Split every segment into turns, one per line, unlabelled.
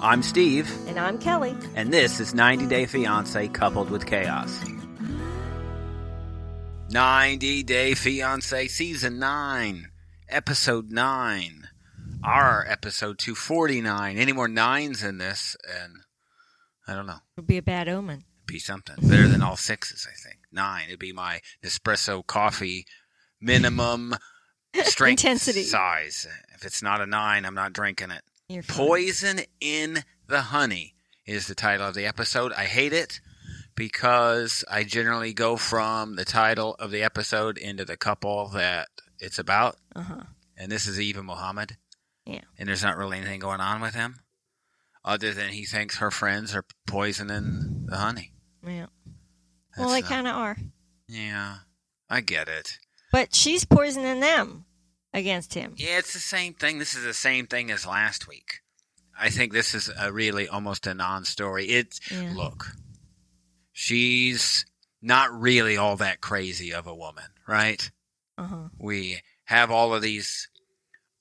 I'm Steve,
And I'm Kelly.
and this is 90 Day Fiancé coupled with chaos. 90 Day Fiancé Season 9, Episode 9. Our episode 249. Any more nines in this? And I don't know.
Would be a bad omen.
be something better than all sixes. I think nine. It'd be my Nespresso coffee minimum strength
Intensity.
size. If it's not a nine, I'm not drinking it.
You're fine.
Poison in the honey is the title of the episode. I hate it because I generally go from the title of the episode into the couple that it's about,
Uh-huh.
and this is Eve and Muhammad.
Yeah.
And there's not really anything going on with him, other than he thinks her friends are poisoning the honey.
Yeah. well, they
That's not-
kind of are.
Yeah, I get it.
But she's poisoning them against him.
Yeah, it's the same thing. This is the same thing as last week. I think this is a really almost a non-story. It's
Yeah.
look, she's not really all that crazy of a woman, right?
Uh-huh.
We have all of these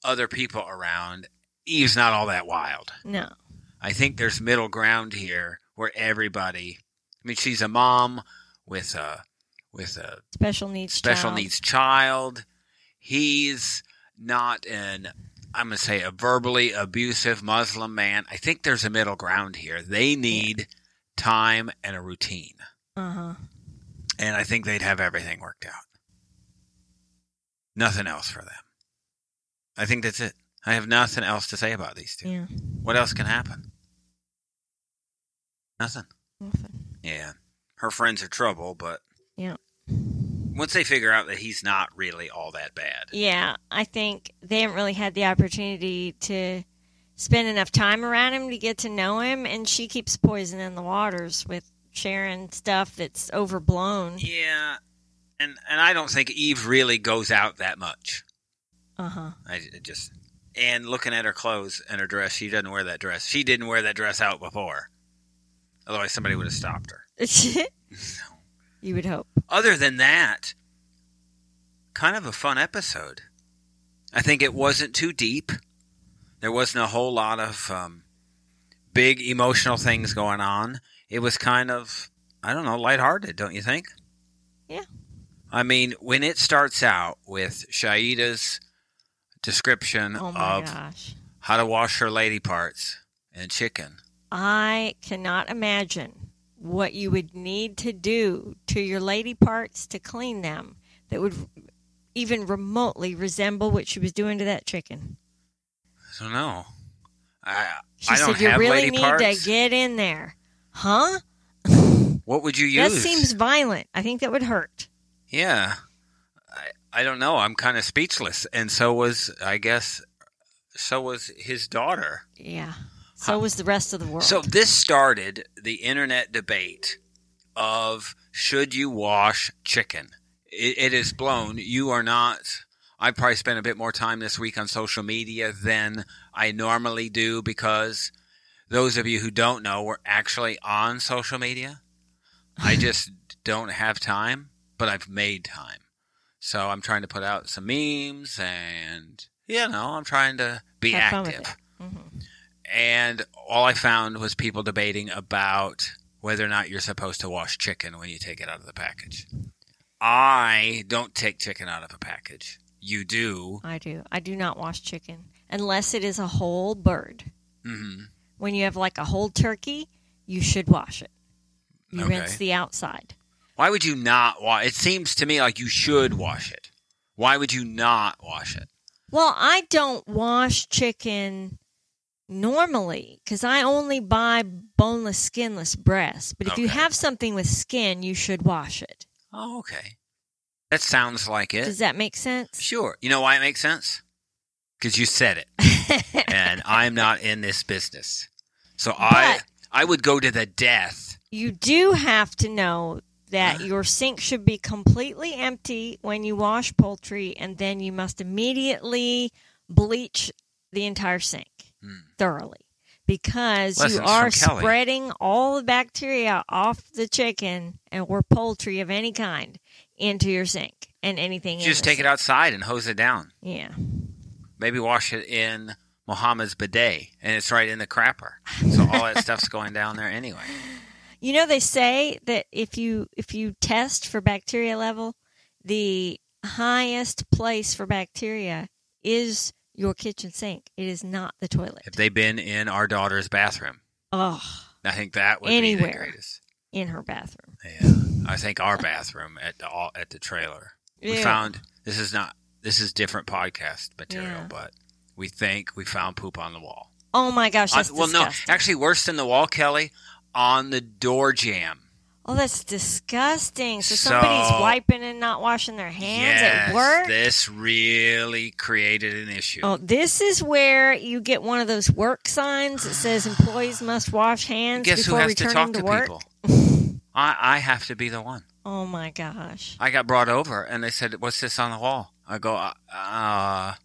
other people around. Eve's not all that wild.
No.
I think there's middle ground here where everybody. I mean, she's a mom with a with a
Special needs
special
child.
needs child. He's not an, I'm going to say, a verbally abusive Muslim man. I think there's a middle ground here. They need time and a routine.
Uh-huh.
And I think they'd have everything worked out. Nothing else for them. I think that's it. I have nothing else to say about these two.
Yeah.
What else can happen? Nothing.
Nothing.
Yeah. Her friends are trouble, but
Yeah.
once they figure out that he's not really all that bad.
Yeah, I think they haven't really had the opportunity to spend enough time around him to get to know him, and she keeps poisoning the waters with sharing stuff that's overblown.
Yeah, and and I don't think Eve really goes out that much.
Uh huh.
I j- it just and looking at her clothes and her dress, she doesn't wear that dress. She didn't wear that dress out before. Otherwise, somebody would have stopped her.
you would hope.
Other than that, kind of a fun episode. I think it wasn't too deep. There wasn't a whole lot of um, big emotional things going on. It was kind of, I don't know, lighthearted, don't you think?
Yeah.
I mean, when it starts out with Shaida's description
Oh my
of
gosh.
how to wash her lady parts and chicken,
I cannot imagine what you would need to do to your lady parts to clean them that would even remotely resemble what she was doing to that chicken.
I don't know. I,
She
I don't
said, "You
have
really
lady
need
parts.
to get in there, huh?"
what would you
That
use?
seems violent. I think that would hurt.
Yeah. I, I don't know. I'm kind of speechless. And so was, I guess, so was his daughter.
Yeah. So was the rest of the world.
So this started the internet debate of should you wash chicken? It, it is blown. You are not. I probably spent a bit more time this week on social media than I normally do because those of you who don't know, we're actually on social media. I just don't have time, but I've made time. So I'm trying to put out some memes and, you know, I'm trying to be
Have fun with
active
it. Mhm.
and all I found was people debating about whether or not you're supposed to wash chicken when you take it out of the package. I don't take chicken out of a package. You do.
I do. I do not wash chicken unless it is a whole bird.
hmm
When you have like a whole turkey, you should wash it. You
Okay.
rinse the outside.
Why would you not wash? It seems to me like you should wash it. Why would you not wash it?
Well, I don't wash chicken normally because I only buy boneless, skinless breasts. But if you
Okay.
have something with skin, you should wash it.
Oh, okay. That sounds like it.
Does that make sense?
Sure. You know why it makes sense? Because you said it. and I'm not in this business. So I
But-
I would go to the death.
you do have to know that your sink should be completely empty when you wash poultry, and then you must immediately bleach the entire sink thoroughly because
Hmm. Lessons
you
from
are
Kelly.
spreading all the bacteria off the chicken and or poultry of any kind into your sink and anything.
You just take it outside and hose it down.
Yeah,
maybe wash it in Mohammed's bidet, and it's right in the crapper. So all that stuff's going down there anyway.
You know they say that if you if you test for bacteria level, the highest place for bacteria is your kitchen sink. It is not the toilet.
Have they been in our daughter's bathroom?
Oh,
I think that would be the
Anywhere.
greatest.
in her bathroom.
Yeah, I think our bathroom at the all, at the trailer. We
Ew.
found this is not this is different podcast material,
Yeah.
but we think we found poop on the wall.
Oh my gosh,
On-
that's
well,
disgusting.
no, actually, worse than the wall, Kelly, on the door jam.
Oh, that's disgusting. So,
So-
somebody's wiping and not washing their hands
yes,
at work.
this really created an issue.
Oh, this is where you get one of those work signs that says employees must wash hands
Guess who
before
has to
returning
talk to,
work.
people? I, I have to be the one.
Oh my gosh.
I got brought over and they said, What's this on the wall? I go, uh, I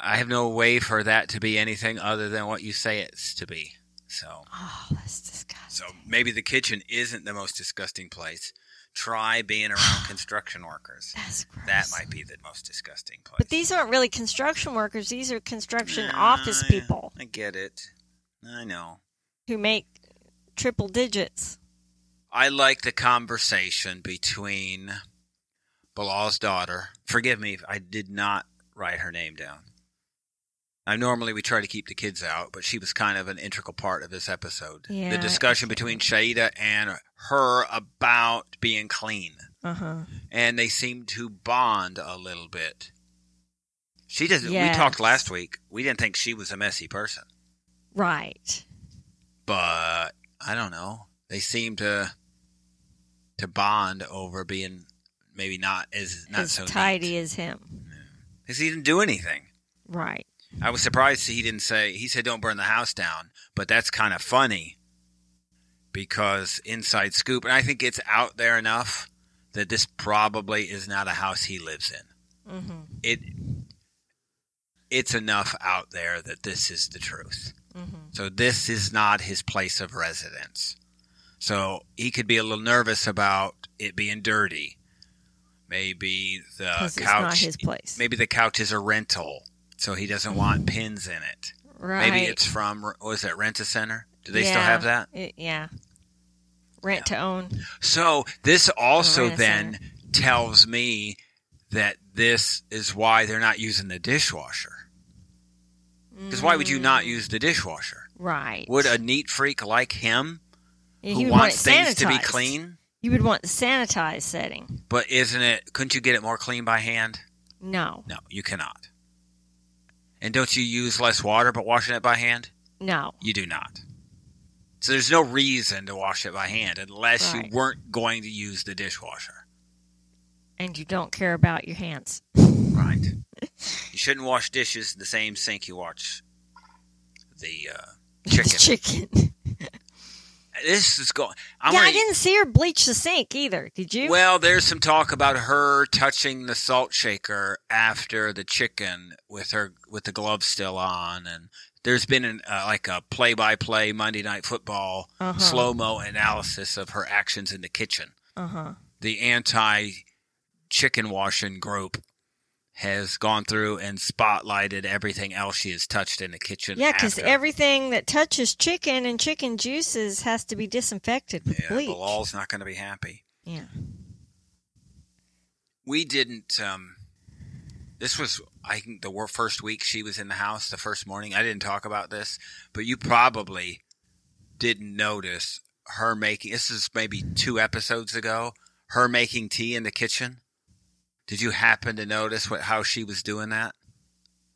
have no way for that to be anything other than what you say it's to be. So,
Oh, that's disgusting.
so maybe the kitchen isn't the most disgusting place. Try being around construction workers.
That's gross.
That might be the most disgusting place.
But these aren't really construction workers. These are construction
Yeah,
office
yeah,
people
I get it. I know.
who make triple digits.
I like the conversation between Bilal's daughter. Forgive me if I did not write her name down. I normally we try to keep the kids out, but she was kind of an integral part of this episode.
Yeah,
the
I-
discussion between Shaida and her about being clean.
Uh huh.
And they seem to bond a little bit. She doesn't we
Yes.
talked last week. We didn't think she was a messy person.
Right.
but I don't know. They seem to to bond over being maybe not as not
as
so
tidy as him.
because he didn't do anything.
Right.
I was surprised he didn't say. He said, "Don't burn the house down," but that's kind of funny because inside scoop, and I think it's out there enough that this probably is not a house he lives in.
Mm-hmm.
It it's enough out there that this is the truth.
Mm-hmm.
So this is not his place of residence. So he could be a little nervous about it being dirty. Maybe the
it's not
Uh, couch
his place.
maybe the couch is a rental, so he doesn't want pins in it.
right.
Maybe it's from what was that rent a center? Do they still have that?
It- yeah. Rent to own.
So this also
Rent-A-Center.
then tells me that this is why they're not using the dishwasher. Because why would you not
Mm.
use the dishwasher?
Right.
Would a neat freak like him
Yeah,
who
you would want
wants
it
things to be
sanitized.
clean.
You would want the sanitized setting.
But isn't it? Couldn't you get it more clean by hand?
No.
No, you cannot. And don't you use less water but washing it by hand?
No.
You do not. So there's no reason to wash it by hand unless
Right.
you weren't going to use the dishwasher.
And you don't care about your hands.
Right. you shouldn't wash dishes in the same sink you wash the uh, chicken.
Chicken.
this is going. I'm
yeah,
gonna,
I didn't see her bleach the sink either. Did you?
Well, there's some talk about her touching the salt shaker after the chicken with her with the gloves still on, and there's been an, uh, like a play-by-play Monday Night Football
Uh-huh.
slow-mo analysis of her actions in the kitchen.
Uh huh.
The anti-chicken washing group has gone through and spotlighted everything else she has touched in the kitchen.
Yeah, because
after.
everything that touches chicken and chicken juices has to be disinfected with
yeah,
bleach.
Bilal's not going to be happy.
Yeah.
we didn't um this was i think the wor- first week she was in the house the first morning i didn't talk about this but you probably didn't notice her making this is maybe two episodes ago her making tea in the kitchen did you happen to notice what how she was doing that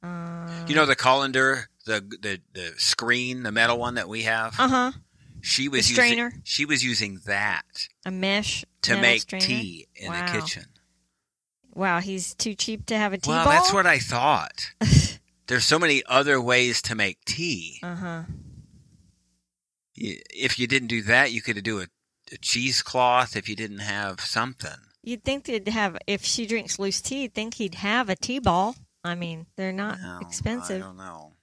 Uh
you know the colander the the, the screen the metal one that we have
huh.
she was
Uh, the strainer?
using she was using that
A mesh
to
metal
make
strainer?
tea in
Wow.
the kitchen
Wow, he's too cheap to have a tea
well,
ball.
that's what I thought. There's so many other ways to make tea.
Uh huh.
Y- If you didn't do that, you could do a, a cheesecloth if you didn't have something.
You'd think they'd have if she drinks loose tea. You'd think he'd have a tea ball. I mean, they're not
No,
Uh, expensive.
I don't know.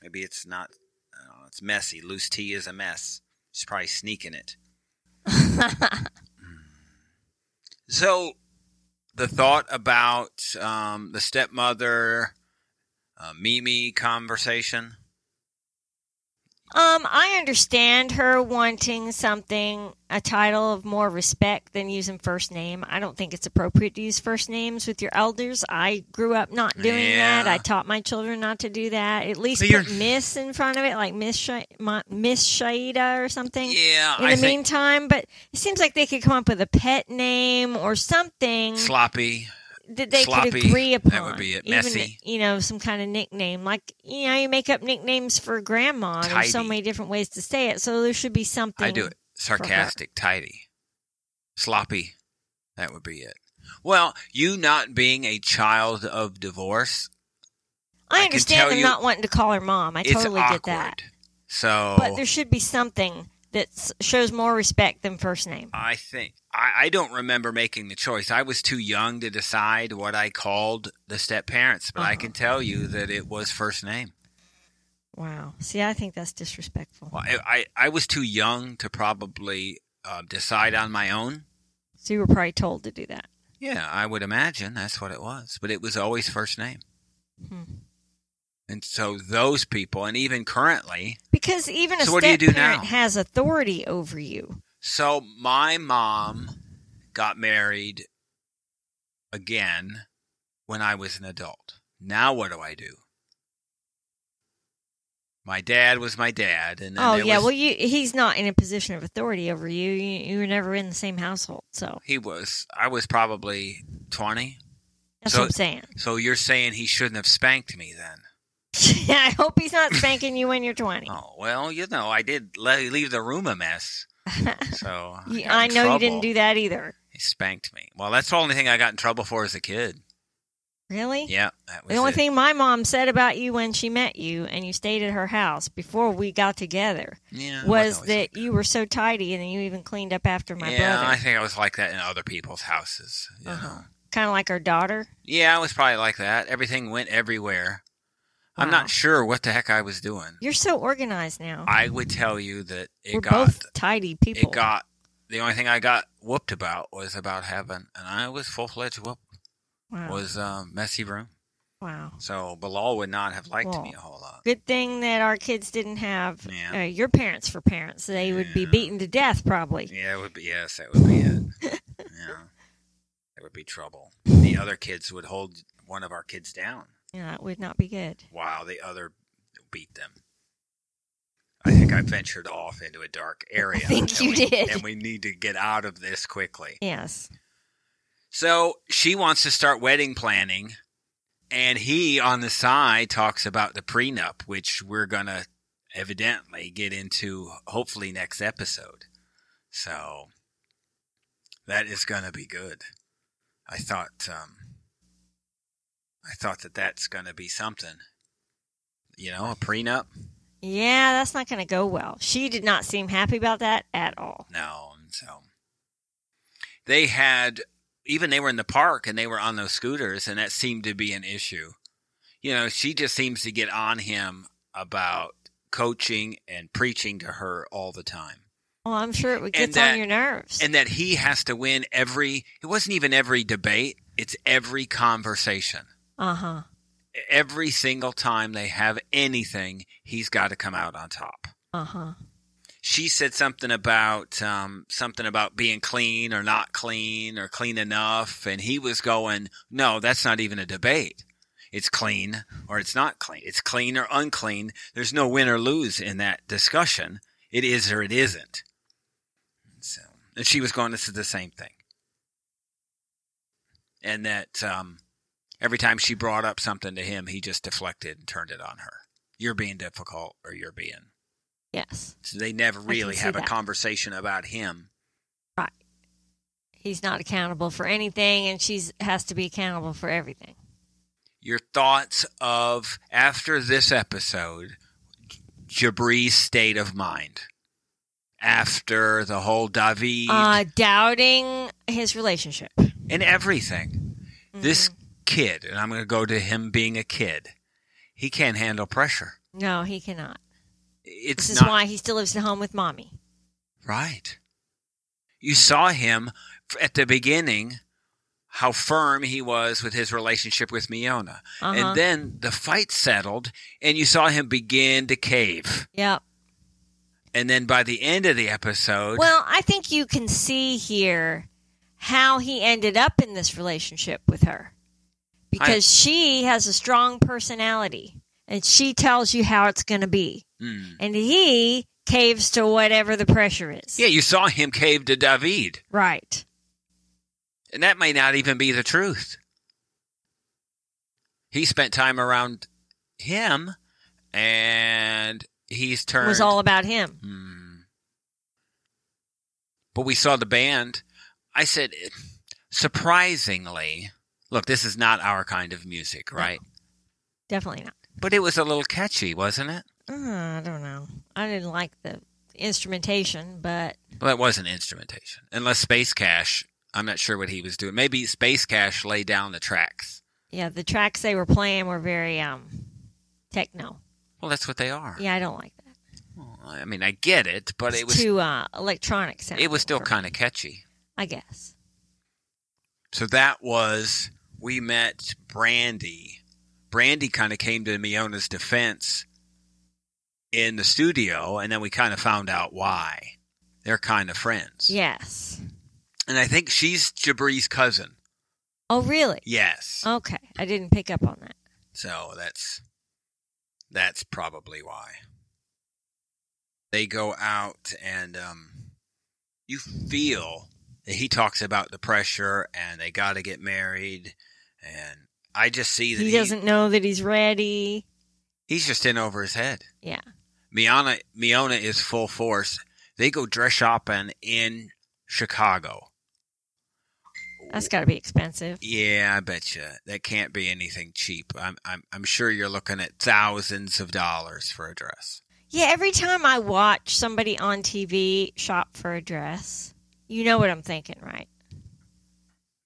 Maybe it's not, I don't know, it's messy. Loose tea is a mess. She's probably sneaking it. So the thought about um, the stepmother uh, Mimi conversation.
Um, I understand her wanting something, a title of more respect than using first name. I don't think it's appropriate to use first names with your elders. I grew up not doing
Yeah.
that. I taught my children not to do that. At least
But you're-
put Miss in front of it, like Miss Sha- Ma- Miss Shaida or something.
Yeah,
In
I
the
think
meantime, but it seems like they could come up with a pet name or something
sloppy.
that they could
Sloppy.
agree upon.
That would be it.
Even,
Messy.
you know, some kind of nickname. Like, you know, you make up nicknames for grandma. and There's so
Tidy.
many different ways to say it. So there should be something.
I do it sarcastic, tidy, sloppy. That would be it. Well, you not being a child of divorce, I
I
can tell
understand them
you-
not wanting to call her mom. I
it's
totally
awkward. Oh.
get that.
So
But there should be something that s- shows more respect than first name.
I think I, I don't remember making the choice. I was too young to decide what I called the step parents, but I
Uh-huh.
can tell you that it was first name.
Wow. See, I think that's disrespectful.
Well, I, I, I was too young to probably uh, decide on my own.
So you were probably told to do that.
Yeah, I would imagine that's what it was, but it was always first name.
Hmm.
And so those people, and even currently,
Because even a
So
step
what do you
parent
do now?
has authority over you.
so my mom got married again when I was an adult. Now what do I do? My dad was my dad, and then
Oh
there
yeah,
was,
well you he's not in a position of authority over you. You you were never in the same household, so
he was. I was probably twenty.
that's
So-
what I'm saying.
So you're saying he shouldn't have spanked me then?
I hope he's not spanking you when you're 20.
Oh well, you know, I did le- leave the room a mess, so
You-
got
I
in
know you
trouble.
didn't do that either.
He spanked me. Well, that's the only thing I got in trouble for as a kid.
Really?
Yeah, that was
the only
it.
thing my mom said about you when she met you and you stayed at her house before we got together
yeah, I
was
always-
that you were so tidy and you even cleaned up after my
yeah, I
brother.
think I was like that in other people's houses. you
Uh-huh.
know.
Kind of like our daughter.
Yeah, I was probably like that. Everything went everywhere. I'm
Wow.
not sure what the heck I was doing.
You're so organized now.
I would tell you that it
we're
got
both tidy people.
it got the only thing I got whooped about was about having, and I was full fledged whoop
wow.
was um, messy room.
wow.
So Bilal would not have liked
Well,
me a whole lot.
Good thing that our kids didn't have
Yeah.
uh, your parents for parents. They would be
Yeah.
beaten to death, probably.
Yeah, it would be yes, that would be it. yeah. That would be trouble. The other kids would hold one of our kids down
Yeah, it would not be good.
while the other beat them. I think I ventured off into a dark area.
I think
and
you
we-
did.
And we need to get out of this quickly.
Yes.
So she wants to start wedding planning, and he on the side talks about the prenup, which we're going to evidently get into hopefully next episode. So that is going to be good. I thought, um, I thought that that's going to be something. You know, a prenup?
Yeah, that's not going to go well. She did not seem happy about that at all.
No. and So they had, even they were in the park and they were on those scooters, and that seemed to be an issue. You know, she just seems to get on him about coaching and preaching to her all the time.
Well, Oh, I'm sure it would
And
get
that-
on your nerves.
And that he has to win every, it wasn't even every debate, it's every conversation.
Uh huh.
Every single time they have anything, he's got to come out on top.
Uh huh.
she said something about um, something about being clean or not clean or clean enough, and he was going, "No, that's not even a debate. It's clean or it's not clean. It's clean or unclean. There's no win or lose in that discussion. It is or it isn't." So, and she was going, "This is the same thing," and that um, every time she brought up something to him, he just deflected and turned it on her. You're being difficult, or you're being
Yes.
so they never
can
really
see
have a
that.
conversation about him.
He's not accountable for anything, and she's has to be accountable for everything.
Your thoughts of after this episode, Jabri's state of mind after the whole David
Uh, doubting his relationship.
and everything. This
mm-hmm.
kid, and I'm going to go to him being a kid. He can't handle pressure.
No, he cannot.
It's
This is
not
why he still lives at home with mommy.
Right. You saw him f- at the beginning how firm he was with his relationship with Miona.
Uh-huh.
And then the fight settled, and you saw him begin to cave.
yeah.
And then by the end of the episode,
Well, I think you can see here how he ended up in this relationship with her because she has a strong personality and she tells you how it's going to be.
Hmm.
And he caves to whatever the pressure is.
yeah, you saw him cave to David.
Right.
And that may not even be the truth. He spent time around him, and he's
It
turned.
was all about him.
Hmm. But we saw the band. I said, surprisingly, look, this is not our kind of music,
No.
right?
Definitely not.
But it was a little catchy, wasn't it?
Uh, I don't know. I didn't like the instrumentation, but
Well, that wasn't instrumentation, unless Space Cash. I'm not sure what he was doing. Maybe Space Cash laid down the tracks.
yeah, the tracks they were playing were very um techno.
Well, that's what they are.
Yeah, I don't like that.
Well, I mean, I get it, but
It's
it was
too uh, electronic sounding
it was still
for-
kind of catchy.
I guess.
So that was we met Brandy. Brandy kind of came to Miona's defense in the studio, and then we kind of found out why. They're kind of friends.
Yes.
And I think she's Jabri's cousin.
Oh, really?
Yes.
Okay. I didn't pick up on that.
So that's that's probably why they go out and um, you feel that he talks about the pressure and they got to get married and I just see that
He doesn't know that he's ready.
he's just in over his head.
Yeah.
Miana Miona is full force. They go dress shopping in Chicago.
That's got to be expensive.
Yeah, I bet you that can't be anything cheap. I'm I'm I'm sure you're looking at thousands of dollars for a dress.
Yeah, every time I watch somebody on TV shop for a dress, you know what I'm thinking, right?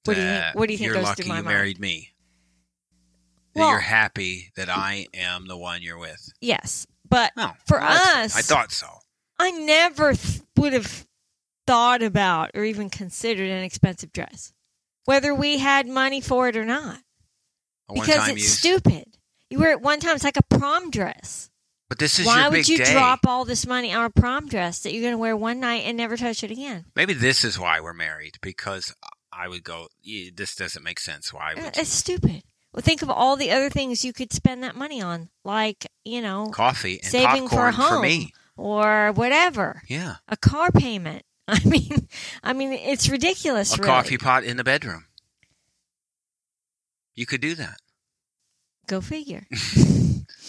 What do you think-
that
what do you think
Uh, You're
goes
lucky
through my
you
mind?
married me. That
Well-
you're happy that I am the one you're with.
Yes. But
No,
For
well, that's
us-
good. I thought so.
I never th- would have thought about or even considered an expensive dress, whether we had money for it or not,
A
because
one-time
it's
use.
stupid. You wear it one time, it's like a prom dress.
But this is
Why
your
would
big
you
day.
drop all this money on a prom dress that you're going to wear one night and never touch it again?
Maybe this is why we're married because I would go. "Yeah, This doesn't make sense. Why
Uh,
would you?
It's stupid. Well, think of all the other things you could spend that money on, like you know,
coffee and
saving for a
popcorn
home
for me?
or whatever,
Yeah,
a car payment. I mean, I mean, it's ridiculous.
a
really.
coffee pot in the bedroom. You could do that.
Go figure.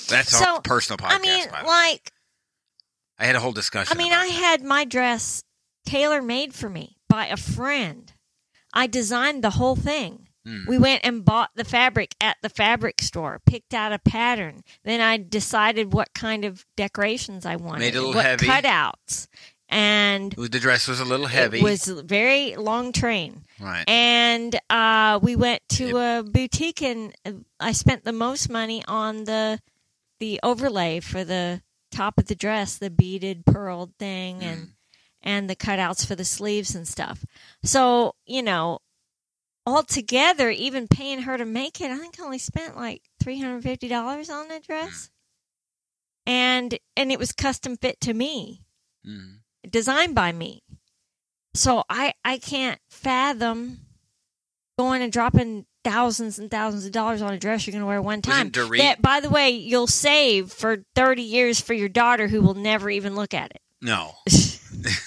That's
So,
our personal podcast.
I mean,
by the way.
like,
I had a whole
I
discussion.
mean,
about
I had my dress tailor made for me by a friend. I designed the whole thing.
that. Mm.
We went and bought the fabric at the fabric store, picked out a pattern. Then I decided what kind of decorations I wanted,
Made it a little
what
heavy.
cutouts, and
the dress was a little heavy.
it was very long train.
right.
And uh, we went to a boutique, and uh, I spent the most money on the the overlay for the top of the dress, the beaded pearled thing, and and the cutouts for the sleeves and stuff. So, you know, altogether, even paying her to make it, I think I only spent like $350 on the dress. And and it was custom fit to me,
Mm. Mm.
designed by me. So I I can't fathom going and dropping thousands and thousands of dollars on a dress you're going to wear one time.
Wasn't Dorit-
that by the way, you'll save for 30 years for your daughter who will never even look at it.
No.
Just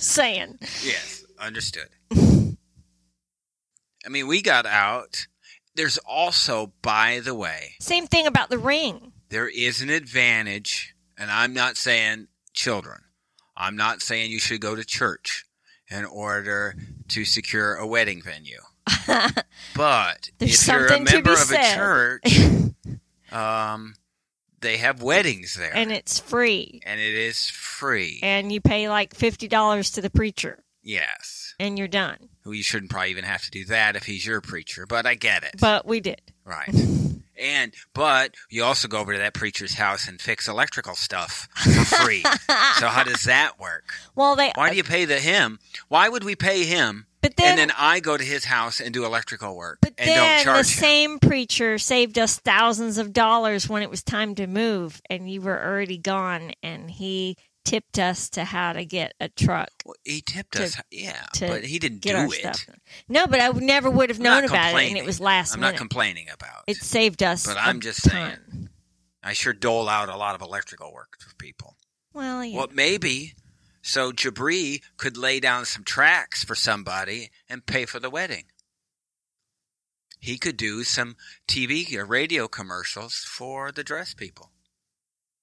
saying.
Yes, understood. I mean, we got out. There's also, by the way,
Same thing about the ring.
there is an advantage, and I'm not saying children. I'm not saying you should go to church in order to secure a wedding venue. But
There's
if you're a
something to be
member of a
said.
church, um, they have weddings there,
and it's free.
and it is free.
And you pay like $50 to the preacher
yes.
and you're done.
Well, you shouldn't probably even have to do that if he's your preacher, but I get it.
But we did.
Right. And but you also go over to that preacher's house and fix electrical stuff for free. so how does that work?
Well, they
Why do you pay the him? Why would we pay him?
But
and
then-
then I go to his house and do electrical work
But
and don't
then
charge
the
him.
same preacher saved us thousands of dollars when it was time to move, and you were already gone, and he tipped us to how to get a truck.
Well, he tipped
to-
us, yeah,
to
but he didn't
Get
do
our
it.
stuff. No, but I would never would have
I'm
known
not
about it, and
complaining.
it was last
I'm
minute.
not complaining about.
it saved us.
But
i
I'm just saying. I sure dole out a lot of electrical work to people.
Well, yeah.
Well, maybe. So Jabri could lay down some tracks for somebody and pay for the wedding. He could do some TV or radio commercials for the dress people.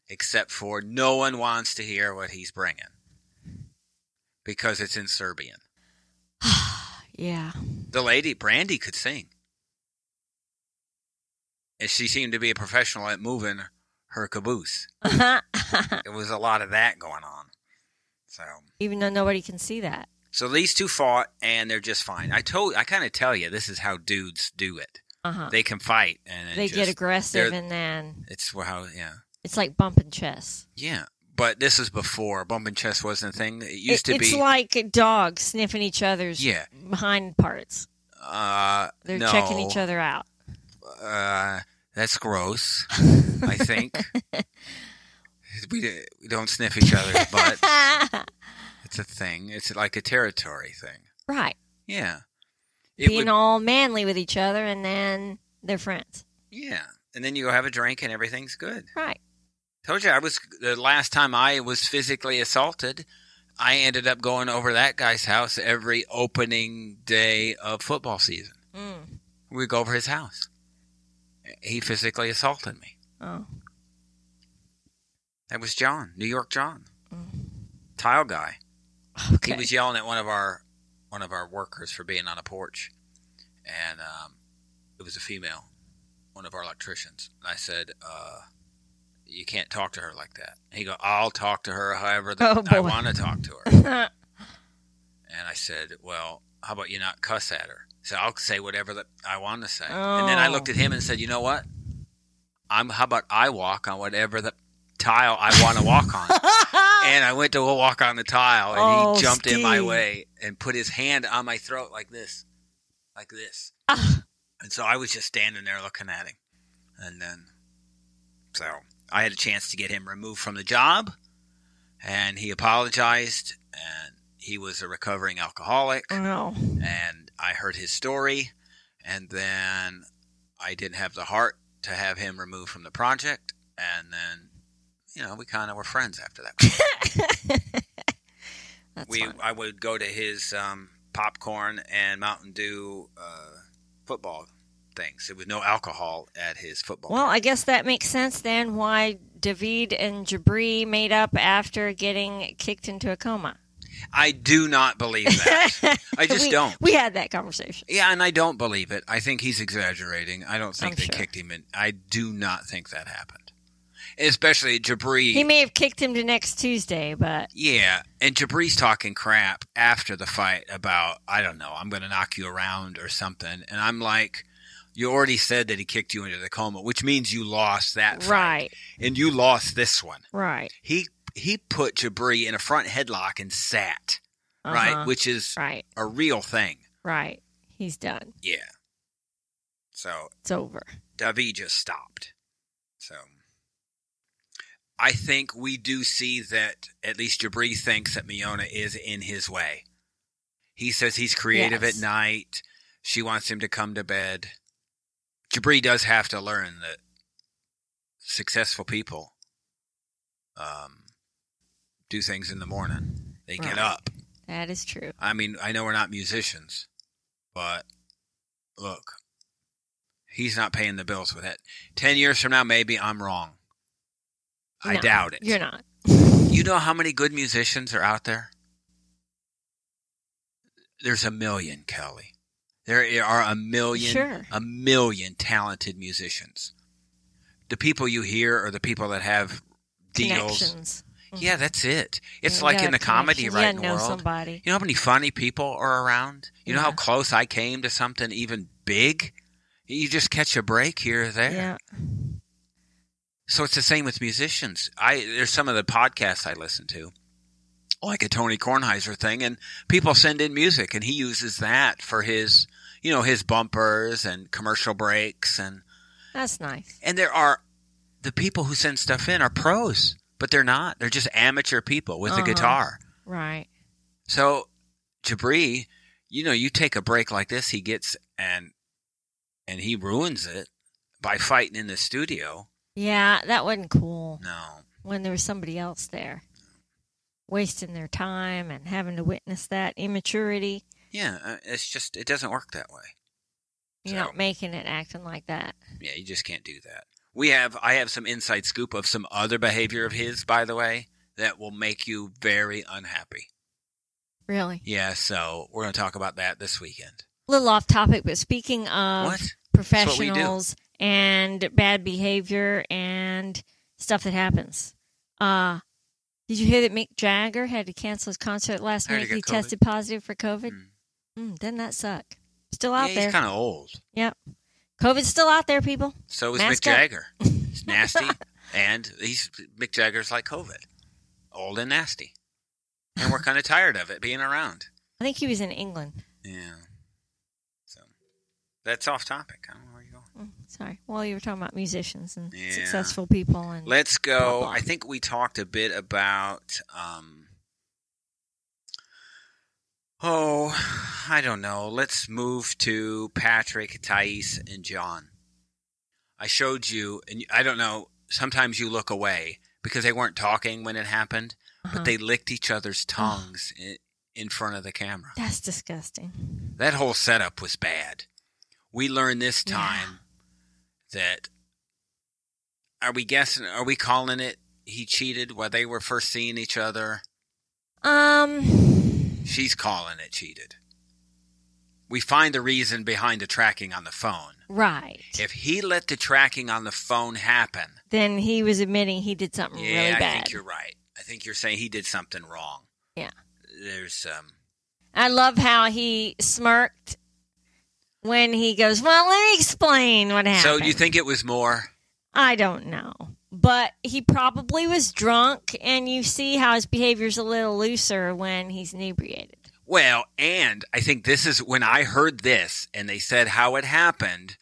Except for no one wants to hear what he's bringing because it's in Serbian.
yeah.
The lady, Brandy, could sing. And she seemed to be a professional at moving her caboose.
Uh-huh.
There was a lot of that going on. So.
Even though nobody can see that.
So these two fought, and they're just fine. I told, I kind of tell you, this is how dudes do it.
Uh huh.
They can fight, and it
They
just,
get aggressive,
they're-
and then
It's how, yeah,
it's like bumping chess.
yeah. But this is before bump and chest wasn't a thing. It used to
It- it's
be.
like dogs sniffing each other's
Yeah.
behind parts.
uh,
They're
no,
checking each other out.
Uh, that's gross. I think we, d- we don't sniff each other, but it's a thing. It's like a territory thing.
right.
Yeah.
Being all manly with each other and then they're friends.
yeah, and then you go have a drink, and everything's good.
Right.
Told you I was the last time I was physically assaulted. I ended up going over that guy's house every opening day of football season.
Mm.
We go over his house. He physically assaulted me.
Oh.
That was John, New York John,
Mm.
tile guy.
Okay.
He was yelling at one of our one of our workers for being on a porch, and um, it was a female, one of our electricians. And I said, uh, "You can't talk to her like that." He go, "I'll talk to her however the,
Oh,
I
boy.
want to talk to her." And I said, Well, how about you not cuss at her? So I'll say whatever that I want to say. And then I
Oh.
looked at him and said, You know what? I'm how about I walk on whatever the tile I want to walk on. and I went to walk on the tile and
Oh,
he jumped in my
Steve.
way and put his hand on my throat like this. Like this.
Ah.
And so I was just standing there looking at him. And then so I had a chance to get him removed from the job and he apologized and he was a recovering alcoholic
no.
and I heard his story, and then I didn't have the heart to have him removed from the project, and then you know we kind of were friends after that.
That's
we
fun.
I would go to his um, popcorn and Mountain Dew uh, football things. There was no alcohol at his football.
Well, I guess that makes sense then why David and Jabri made up after getting kicked into a coma.
I do not believe that. I just
we,
don't.
We had that conversation.
Yeah, and I don't believe it. I think he's exaggerating. I don't think
I'm
they
sure.
kicked him in. I do not think that happened. Especially Jabri.
He may have kicked him to next Tuesday, but
Yeah, and Jabri's talking crap after the fight about I don't know, I'm going to knock you around or something, and I'm like, you already said that he kicked you into the coma, which means you lost that fight,
right,
and you lost this one.
right,
He he put Jabri in a front headlock and sat
Uh-huh.
right, which is
right,
a real thing.
right. He's done.
Yeah. So
It's over.
Davi just stopped. So I think we do see that at least Jabri thinks that Miona is in his way. He says he's creative
Yes.
at night. She wants him to come to bed. Jabri does have to learn that successful people um, do things in the morning. They get
Right.
up.
That is true.
I mean, I know we're not musicians, but look, he's not paying the bills with it. Ten years from now, maybe I'm wrong. I
No,
doubt it.
You're not.
You know how many good musicians are out there? There's a million, Kelly. There are a million,
Sure.
a million talented musicians. The people you hear are the people that have deals.
Connections.
Yeah, that's it. It's
You
like
gotta
in the comedy
connections.
right
You
in
gotta
the
know
world.
somebody.
You know how many funny people are around? You know how
Yeah.
close I came to something even big? You just catch a break here or there.
Yeah.
So it's the same with musicians. I there's some of the podcasts I listen to, like a Tony Kornheiser thing, and people send in music, and he uses that for his, you know, his bumpers and commercial breaks, and
That's nice.
and there are the people who send stuff in are pros, but they're not. They're just amateur people with a
Uh-huh.
guitar.
Right.
So Jabri, you know, you take a break like this, he gets and and he ruins it by fighting in the studio.
Yeah, that wasn't cool
No.
when there was somebody else there wasting their time and having to witness that immaturity.
Yeah, uh, it's just it doesn't work that way.
You're
So-
not making it acting like that.
Yeah, you just can't do that. We have I have some inside scoop of some other behavior of his, by the way, that will make you very unhappy.
Really.
Yeah, so we're going to talk about that this weekend.
little off topic, but speaking of
What? what we do.
professionals and bad behavior and stuff that happens. Uh did you hear that Mick Jagger had to cancel his concert last
Heard he
night? He
got COVID.
tested positive for COVID.
Mm.
Mm, doesn't that suck? Still
Yeah,
out there.
he's kind of old.
Yep. COVID's still out there, people.
So is Mick
Mask up.
Jagger. He's nasty, and he's Mick Jagger's like COVID, old and nasty, and we're kind of tired of it being around.
I think he was in England.
Yeah. So that's off topic. I don't know where you going.
Mm, sorry. Well, you were talking about musicians and
Yeah.
successful people and
Let's go.
Blah, blah.
I think we talked a bit about. Um, oh, I don't know. Let's move to Patrick, Thais, and John. I showed you, and you- I don't know. Sometimes you look away because they weren't talking when it happened,
Uh-huh.
but they licked each other's tongues in, in front of the camera.
That's disgusting.
That whole setup was bad. We learned this
Yeah.
time that are we guessing are we calling it he cheated while they were first seeing each other?
Um
She's calling it cheated. We find the reason behind the tracking on the phone.
right.
If he let the tracking on the phone happen,
then he was admitting he did something
yeah,
really
I
bad.
think you're right. I think you're saying he did something wrong.
Yeah.
There's um
I love how he smirked when he goes, Well, let me explain what happened.
So you think it was more?
I don't know. But he probably was drunk, and you see how his behavior's a little looser when he's inebriated.
Well, and I think this is when I heard this and they said how it happened.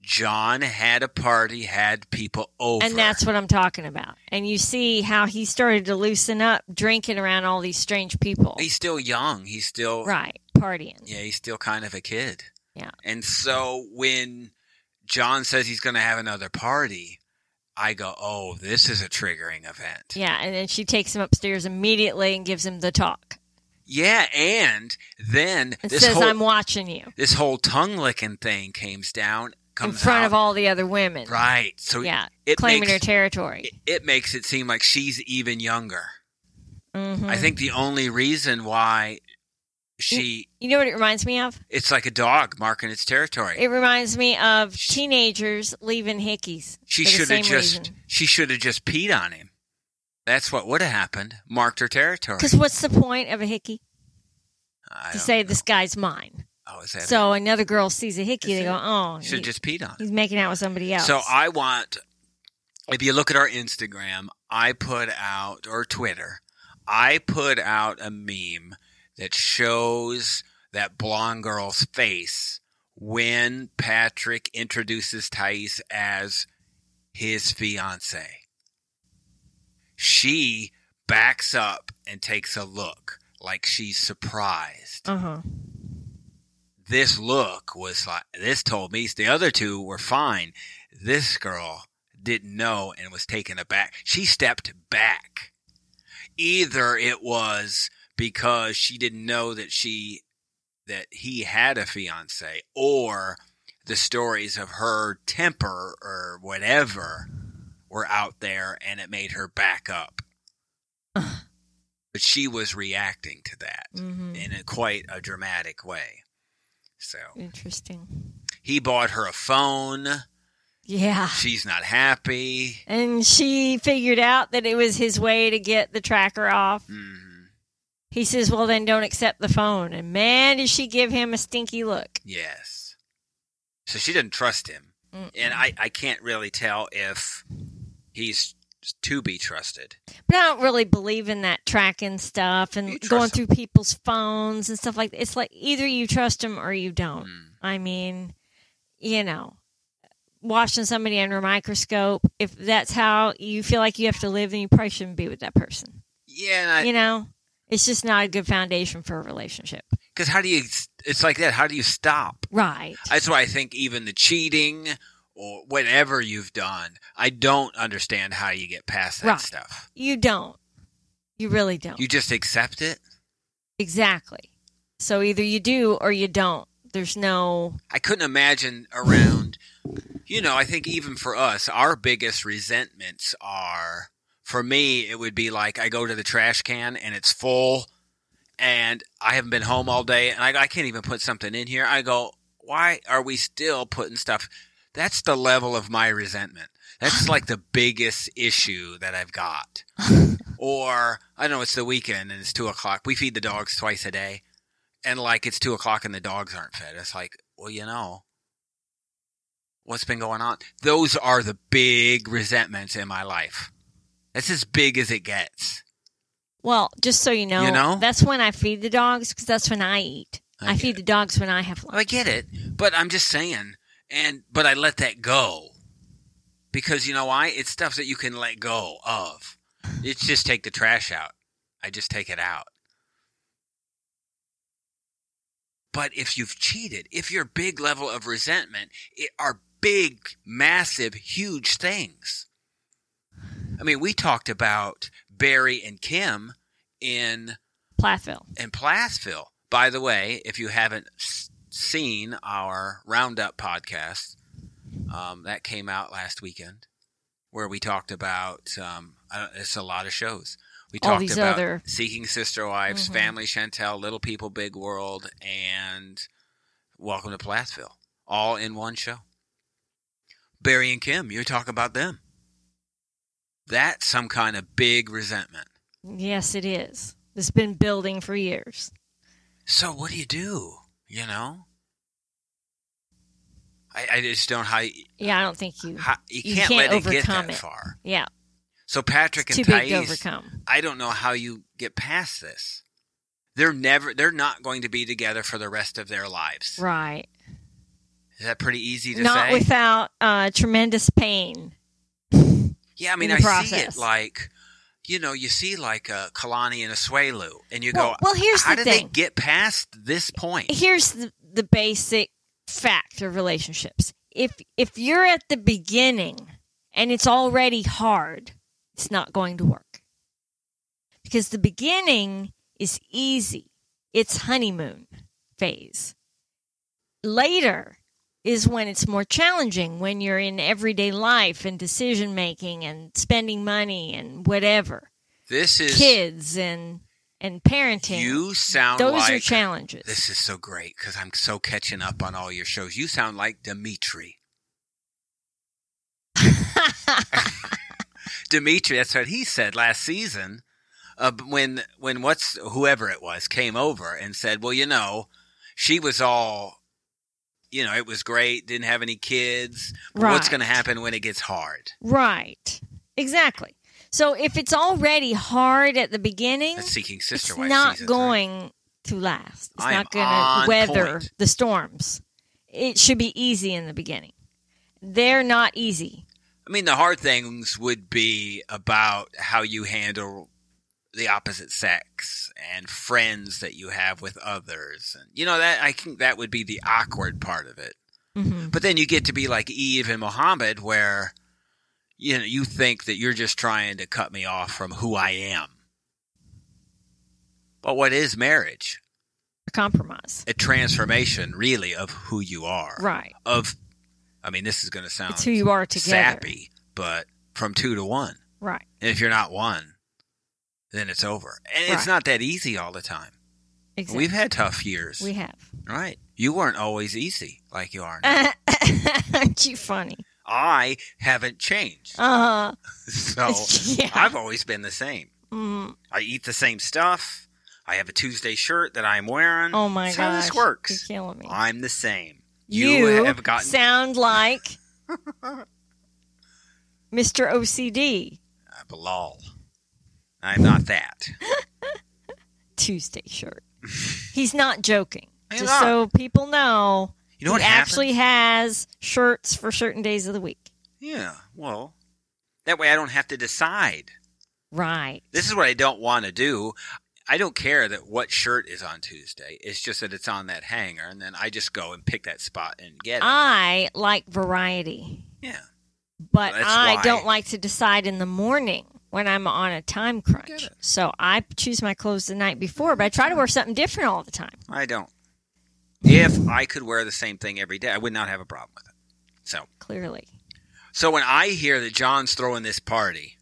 John had a party, had people over.
And that's what I'm talking about. And you see how he started to loosen up drinking around all these strange people.
he's still young. He's still
right, partying.
yeah, he's still kind of a kid.
Yeah.
And so when John says he's going to have another party, I go, "Oh, this is a triggering event."
Yeah, and then she takes him upstairs immediately and gives him the talk.
Yeah, and then
And
this
says,
whole
I'm watching you
this whole tongue licking thing comes down
in
comes
front
out.
of all the other women.
right. So
yeah,
it
claiming
makes-
her territory.
it, it makes it seem like she's even younger.
Mhm.
I think the only reason why she
you know what it reminds me of.
it's like a dog marking its territory.
It reminds me of teenagers leaving hickeys.
She
for the
should have
same
just
reason.
she should have just peed on him. That's what would have happened. Marked her territory.
Because what's the point of a hickey
I
to
don't-
say this guy's mine?
oh, is that so
So another girl sees a hickey, they go, "Oh,
should
he-
have just peed on him.
he's making out with somebody else."
So I want if you look at our Instagram, I put out or Twitter, I put out a meme that shows that blonde girl's face when Patrick introduces Thais as his fiance. She backs up and takes a look like she's surprised
uh huh.
this look was like this told me the other two were fine. This girl didn't know and was taken aback. She stepped back. Either it was because she didn't know that she that he had a fiance or the stories of her temper or whatever were out there and it made her back up.
Ugh.
But she was reacting to that
hmm
in a quite a dramatic way. So
Interesting.
he bought her a phone.
Yeah,
She's not happy.
and she figured out that it was his way to get the tracker off.
hmm
He says, "Well, then don't accept the phone." And man, did she give him a stinky look.
Yes. So she didn't trust him. And I, I can't really tell if he's to be trusted.
But I don't really believe in that tracking stuff
You
and
trust
going
them.
through people's phones and stuff like It's like either you trust them or you don't.
Mm.
I mean, you know, watching somebody under a microscope, if that's how you feel like you have to live, then you probably shouldn't be with that person.
Yeah.
you know, it's just not a good foundation for a relationship.
Because how do you, it's like that. How do you stop?
Right.
That's why I think even the cheating or whatever you've done, I don't understand how you get past that
Right.
stuff.
you don't. You really don't.
You just accept it.
exactly. So either you do or you don't. There's no
I couldn't imagine around, you know, I think even for us, our biggest resentments are for me, it would be like I go to the trash can and it's full and I haven't been home all day and I, I can't even put something in here. I go, why are we still putting stuff? That's the level of my resentment. That's like the biggest issue that I've got. or I know it's the weekend and it's two o'clock. We feed the dogs twice a day and like it's two o'clock and the dogs aren't fed. It's like, well, you know, what's been going on? Those are the big resentments in my life. That's as big as it gets.
Well, just so you know,
You know?
that's when I feed the dogs because that's when I eat.
I
I,
get
feed the dogs when I have lunch.
I get it, but I'm just saying, and but I let that go because you know why? It's stuff that you can let go of. It's just take the trash out. I just take it out. But if you've cheated, if your big level of resentment it are big, massive, huge things. I mean, we talked about Barry and Kim in
Plathville.
in Plathville. By the way, if you haven't s- seen our Roundup podcast, um, that came out last weekend, where we talked about um, I don't- it's a lot of shows. We
All
talked
these
about
other-
Seeking Sister Wives,
Mhm.
Family Chantel, Little People, Big World, and Welcome to Plathville, all in one show. Barry and Kim, you talk about them. That's some kind of big resentment.
Yes, it is. It's been building for years.
So what do you do? You know, I, I just don't how, you-
Yeah, I don't think you.
how you,
You
can't
can't
let it get
overcome
that
it.
far.
Yeah,
So Patrick
it's
and
too big to
Thais,
overcome.
I don't know how you get past this. They're never. They're not going to be together for the rest of their lives.
Right.
Is that pretty easy to
Not
say?
without uh, tremendous pain.
yeah, I mean,
in
I
the
see it
process.
like, you know, you see like a Kalani and a Swelu, and you
Well,
go,
well, here's
how
the
did
thing.
they get past this point?
here's the, the basic fact of relationships. If if you're at the beginning and it's already hard, it's not going to work. Because the beginning is easy. It's honeymoon phase. Later is when it's more challenging when you're in everyday life and decision making and spending money and whatever.
This is
Kids and and parenting.
you sound
Those
like
are challenges.
This is so great because I'm so catching up on all your shows. You sound like Dimitri. Dimitri, that's what he said last season. Uh, b- when when what's whoever it was came over and said, "Well, you know, she was all, you know, it was great. Didn't have any kids. But What's
Right.
going to happen when it gets hard?
Right. Exactly. So if it's already hard at the beginning,
That's seeking sister
it's
wife.
not
season three.
going to last. It's
I am
not going
on
to weather
point.
the storms. It should be easy in the beginning. They're not easy.
I mean, the hard things would be about how you handle the opposite sex and friends that you have with others, and you know that I think that would be the awkward part of it.
hmm
But then you get to be like Eve and Muhammad, where you know you think that you're just trying to cut me off from who I am. But what is marriage?
Compromise.
A transformation, really, of who you are.
Right.
Of, I mean, this is going to sound
It's who you are together.
sappy, but from two to one.
Right.
And if you're not one, then it's over. And it's
Right.
not that easy all the time.
Exactly.
We've had tough years.
We Uh, have.
right. You weren't always easy like you are now.
Aren't you funny?
I haven't changed.
Uh,
so
yeah.
I've always been the same.
Mm,
I eat the same stuff. I have a Tuesday shirt that I'm wearing.
oh my
That's
gosh.
how this works.
You're killing me.
I'm the same. You
you
have gotten-
sound like Mr. OCD
Uh, Bilal. I'm not that.
Tuesday shirt. He's not joking.
He's
Just
not.
so people know,
You know
he
what
actually
happens?
has shirts for certain days of the week.
Yeah. Well, that way I don't have to decide.
Right.
This is what I don't want to do. I don't care that what shirt is on Tuesday. It's just that it's on that hanger, and then I just go and pick that spot and get it.
Uh, I like variety,
yeah.
but
That's
I
why.
don't like to decide in the morning when I'm on a time
Get
crunch.
it.
So I choose my clothes the night before, but I try to wear something different all the time.
I don't. If I could wear the same thing every day, I would not have a problem with it. So,
Clearly,
so when I hear that John's throwing this party,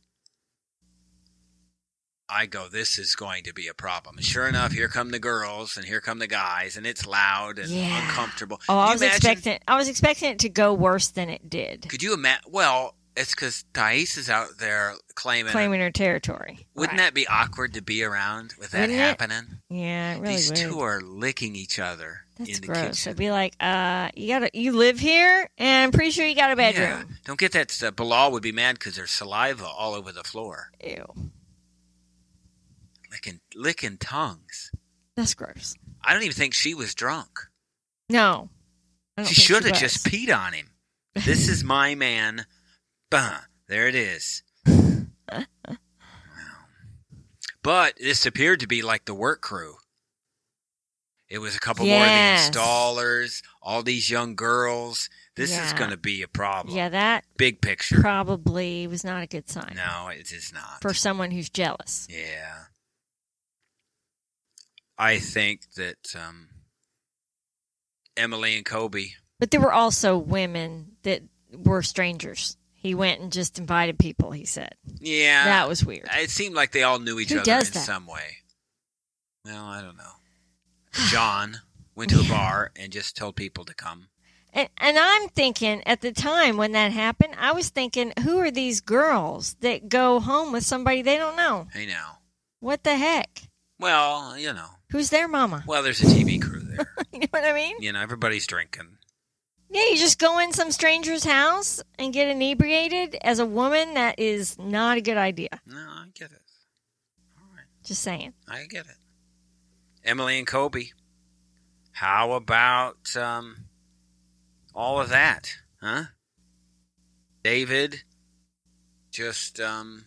I go, "This is going to be a problem." And sure enough, here come the girls, and here come the guys, and it's loud and
Yeah.
uncomfortable.
oh,
Can
I
you
was
imagine-
expecting I was expecting it to go worse than it did,
Could you imagine? Well, it's because Thais is out there claiming.
claiming her territory.
Wouldn't that be awkward to be around with that
Wouldn't it?
happening?
that? Yeah, it really
These
would.
two are licking each other
That's
in the
gross.
kitchen.
It'd be like, uh, you gotta, you live here, and I'm pretty sure you got a
Yeah.
bedroom.
Don't get that. Uh, Bilal would be mad because there's saliva all over the floor,
Ew,
licking licking tongues.
that's gross.
I don't even think she was drunk.
No, I don't
She
think
should have
was.
just peed on him. This is my man. Bah, there it is. but this appeared to be like the work crew. It was a couple
Yes.
more of the installers, all these young girls. This is
Yeah.
going to be a problem.
Yeah, that
Big picture.
probably was not a good sign
No, it is not.
for someone who's jealous.
Yeah. I think that um, Emily and Kobe.
But there were also women that were strangers. He went and just invited people. He said
Yeah.
that was weird.
It seemed like they all knew each
Who
other
does
in
that?
some way. Well, I don't know. John went to a bar and just told people to come.
And, and I'm thinking at the time when that happened, I was thinking, who are these girls that go home with somebody they don't know?
Hey now.
What the heck?
Well, you know.
Who's their mama?
Well, there's a TV crew there.
You know what I mean?
you know, everybody's drinking.
Yeah, you just go in some stranger's house and get inebriated as a woman. That is not a good idea.
No, I get it. All right.
Just saying.
I get it. Emily and Kobe. How about um all of that? Huh? David just um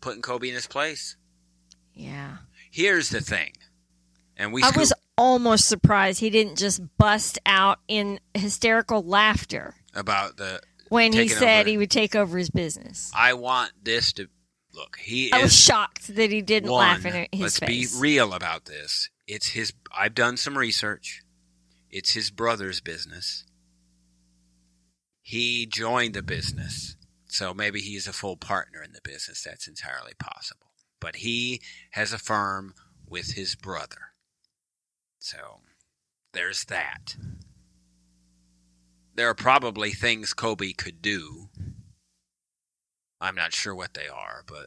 putting Kobe in his place.
Yeah.
Here's the thing, and we
I
scoop-
was almost surprised he didn't just bust out in hysterical laughter
about the.
when he
Taking
said
over.
he would take over his business.
I want this to look. He
I was
is
shocked that he didn't
one.
laugh in his
Let's
face.
be real about this. It's his. I've done some research. It's his brother's business. He joined the business, so maybe he's a full partner in the business. That's entirely possible. But he has a firm with his brother, so there's that. There are probably things Kobe could do. I'm not sure what they are, but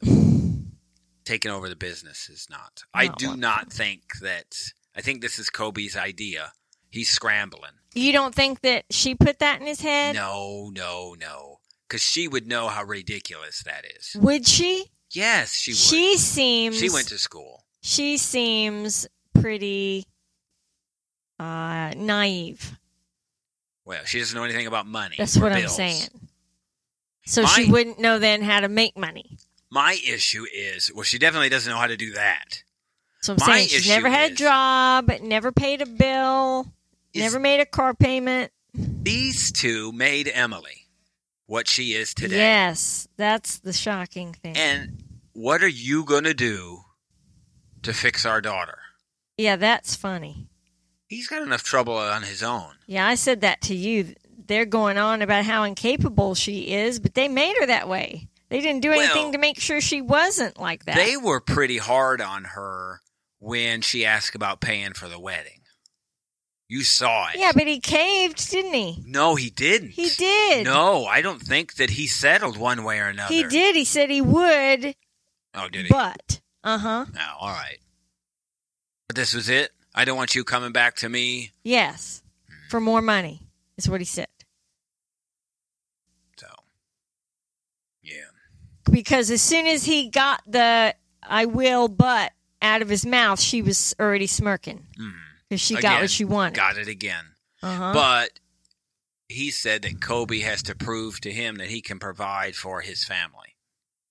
taking over the business is not. I
Not
do
one.
not think that. I think this is Kobe's idea. He's scrambling.
you don't think that she put that in his head?
No, no, no. Because she would know how ridiculous that is.
Would she?
Yes, she would.
She seems.
she went to school.
she seems pretty uh, naive.
Well, she doesn't know anything about money.
That's
or
what I'm
bills.
saying. So
My-
she wouldn't know then how to make money.
My issue is, well, she definitely doesn't know how to do that.
So I'm
My
saying she's
issue
never had a
is-
job, never paid a bill,
Is-
never made a car payment.
These two made Emily what she is today.
Yes, that's the shocking thing.
And what are you going to do to fix our daughter?
yeah, that's funny.
He's got enough trouble on his own.
Yeah, I said that to you. They're going on about how incapable she is, but they made her that way. They didn't do anything
Well,
to make sure she wasn't like that.
They were pretty hard on her when she asked about paying for the wedding. You saw it.
yeah, but he caved, didn't he?
No, he didn't.
He did.
No, I don't think that he settled one way or another.
He did. He said he would,
Oh, did he?
but uh huh.
No, all right. But this was it. I don't want you coming back to me.
Yes. for more money, is what he said.
So, yeah.
Because as soon as he got the I will but out of his mouth, she was already smirking
Mm.
because she got
Again,
what she wanted.
Got it again.
uh-huh.
But he said that Kobe has to prove to him that he can provide for his family.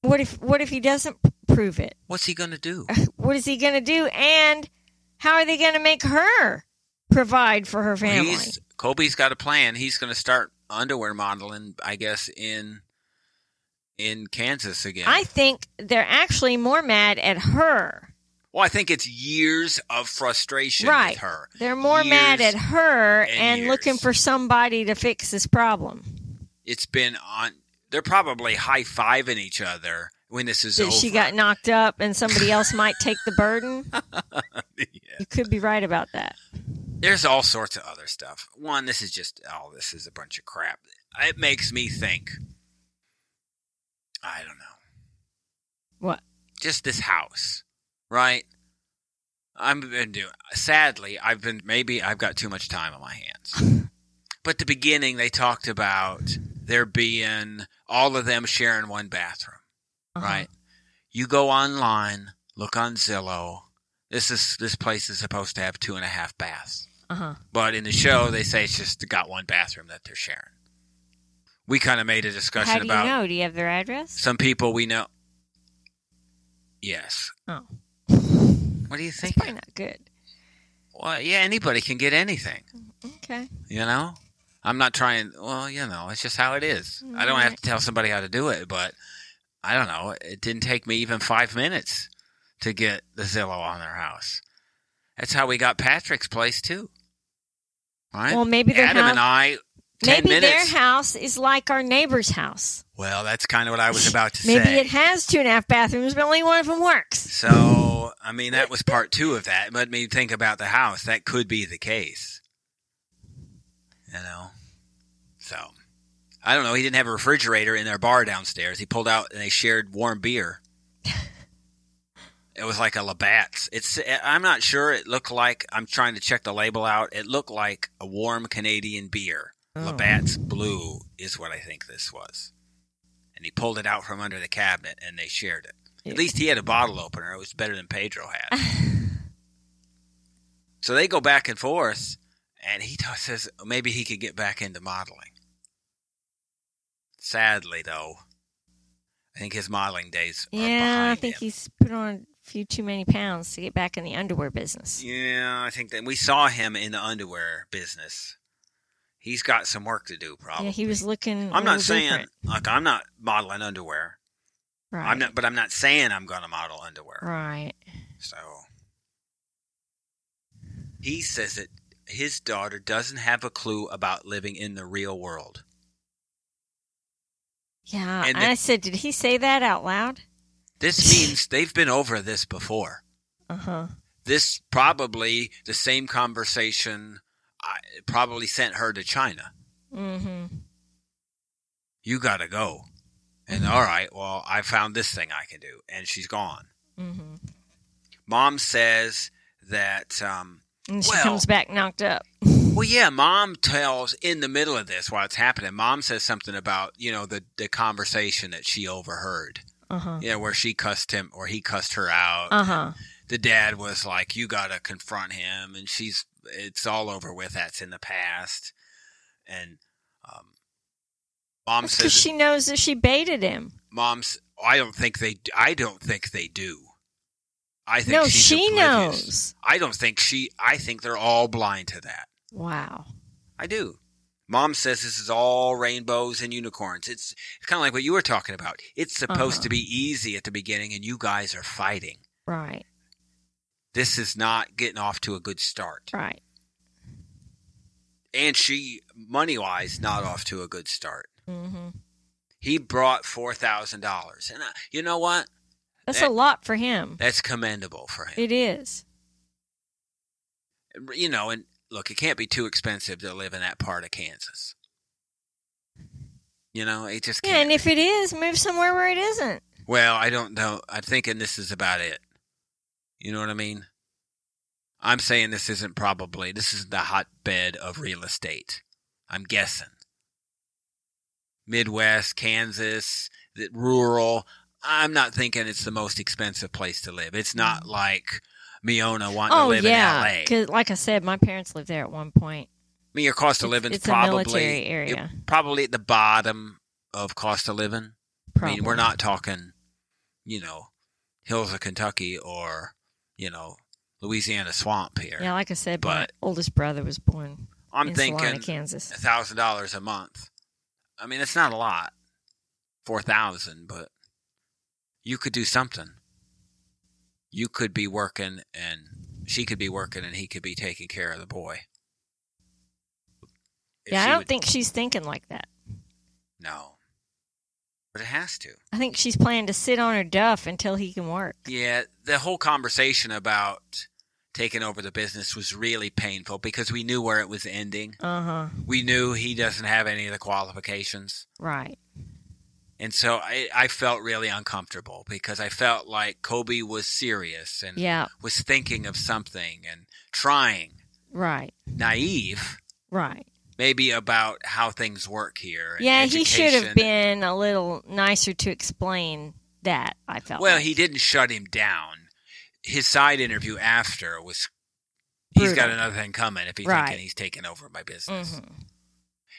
what if what if he doesn't p- prove it?
What's he going to do?
What is he going to do? And how are they going to make her provide for her family?
He's, Kobe's got a plan. He's going to start underwear modeling, I guess, in in Kansas again.
I think they're actually more mad at her.
well, I think it's years of frustration
Right.
with her.
They're more mad
Years
at her
and
and
years.
looking for somebody to fix this problem.
It's been on. They're probably high fiving each other when this is
That
over.
she got knocked up and somebody else might take the burden. You could be right about that.
There's all sorts of other stuff. One, this is just all this is a bunch of crap. It makes me think. I don't know.
What?
Just this house, right? I've been doing. Sadly, I've been maybe I've got too much time on my hands. but the beginning, they talked about there being all of them sharing one bathroom,
Uh-huh.
right? You go online, look on Zillow. This is this place is supposed to have two and a half baths.
Uh-huh.
But in the show, they say it's just got one bathroom that they're sharing. We kind of made a discussion
How do you
about
know? Do you have their address?
some people we know. Yes.
Oh.
What do you
That's
think?
probably not good.
Well, yeah, anybody can get anything.
Okay.
You know, I'm not trying. Well, you know, it's just how it is. I don't have
Right.
to tell somebody how to do it, but I don't know. It didn't take me even five minutes to get the Zillow on their house. That's how we got Patrick's place too. Right?
Well, maybe their
Adam
house,
and I. 10
maybe
minutes.
their house is like our neighbor's house.
Well, that's kind of what I was about to
Maybe
say.
it has two and a half bathrooms, but only one of them works.
so, I mean, that was part two of that. It made me think about the house. That could be the case. You know? So, I don't know. He didn't have a refrigerator in their bar downstairs. He pulled out and they shared warm beer. it was like a Labatt's. It's, I'm not sure. It looked like, I'm trying to check the label out. It looked like a warm Canadian beer. Labatt's Blue is what I think this was. And he pulled it out from under the cabinet and they shared it.
Yeah.
At least he had a bottle opener. It was better than Pedro had. so they go back and forth and he t- says maybe he could get back into modeling. Sadly, though, I think his modeling days are
Yeah, I
behind
think
him.
he's put on a few too many pounds to get back in the underwear business.
Yeah, I think that we saw him in the underwear business. He's got some work to do, probably.
Yeah, he was looking. a
I'm not
little
saying
different.
like I'm not modeling underwear.
Right.
I'm not, but I'm not saying I'm gonna model underwear.
Right.
So he says that his daughter doesn't have a clue about living in the real world.
Yeah.
And
And
the-
I said, did he say that out loud?
This means they've been over this before.
Uh huh.
This probably the same conversation. I probably sent her to China.
Mm-hmm.
You gotta go. And all right, well, I found this thing I can do, and she's gone.
Mm-hmm.
Mom says that um,
And she
Well-
comes back knocked up.
Well, yeah, mom tells in the middle of this while it's happening, mom says something about, you know, the, the conversation that she overheard,
Uh huh.
you know, where she cussed him or he cussed her out.
Uh huh.
The dad was like, you got to confront him. And she's, it's all over with. That's in the past. And, um, mom
That's
says,
because she knows that she baited him.
mom's, I don't think they, I don't think they do. I think
No,
she's
she
oblivious.
knows.
I don't think she, I think they're all blind to that.
Wow.
I do. Mom says this is all rainbows and unicorns. It's, it's kind of like what you were talking about. It's supposed
Uh-huh.
to be easy at the beginning, and you guys are fighting.
Right.
This is not getting off to a good start.
Right.
And she, money wise, not off to a good start.
Mm-hmm.
He brought $4,000. And I, you know what?
That's
That-
a lot for him.
That's commendable for him.
It is.
you know, and look, it can't be too expensive to live in that part of Kansas. You know, it just
Yeah,
can't.
and if it is, move somewhere where it isn't.
Well, I don't know. I'm thinking this is about it. You know what I mean? I'm saying this isn't probably this is the hotbed of real estate. I'm guessing. Midwest, Kansas, the rural. I'm not thinking it's the most expensive place to live. It's not like Miona wanting
Mm. oh
to live
yeah,
in LA. I
'cause like I said, my parents lived there at one point.
mean, your cost of
It's,
living is
it's a military
probably
area.
probably at the bottom of cost of living. I mean, we're
probably.
not talking, you know, hills of Kentucky or, you know, Louisiana swamp here.
Yeah, like I said, my
but-
oldest brother was born
I'm
in Salina,
thinking
Kansas.
a thousand dollars a month. I mean, it's not a lot, four thousand, but you could do something. You could be working, and she could be working, and he could be taking care of the boy. If
Yeah, I
she
don't
would-
think she's thinking like that.
no, but it has to.
I think she's planning to sit on her duff until he can work.
Yeah, the whole conversation about taking over the business was really painful because we knew where it was ending.
Uh huh.
We knew he doesn't have any of the qualifications.
Right.
And so I, I felt really uncomfortable because I felt like Kobe was serious and
Yeah.
was thinking of something and trying,
Right.
naive,
Right.
maybe about how things work here. and
Yeah, he should have
education.
been a little nicer to explain that. I felt.
Well,
like.
he didn't shut him down. His side interview after was. He's got
Brutal.
another thing coming if he's
Right.
thinking he's taking over my business.
Mhm.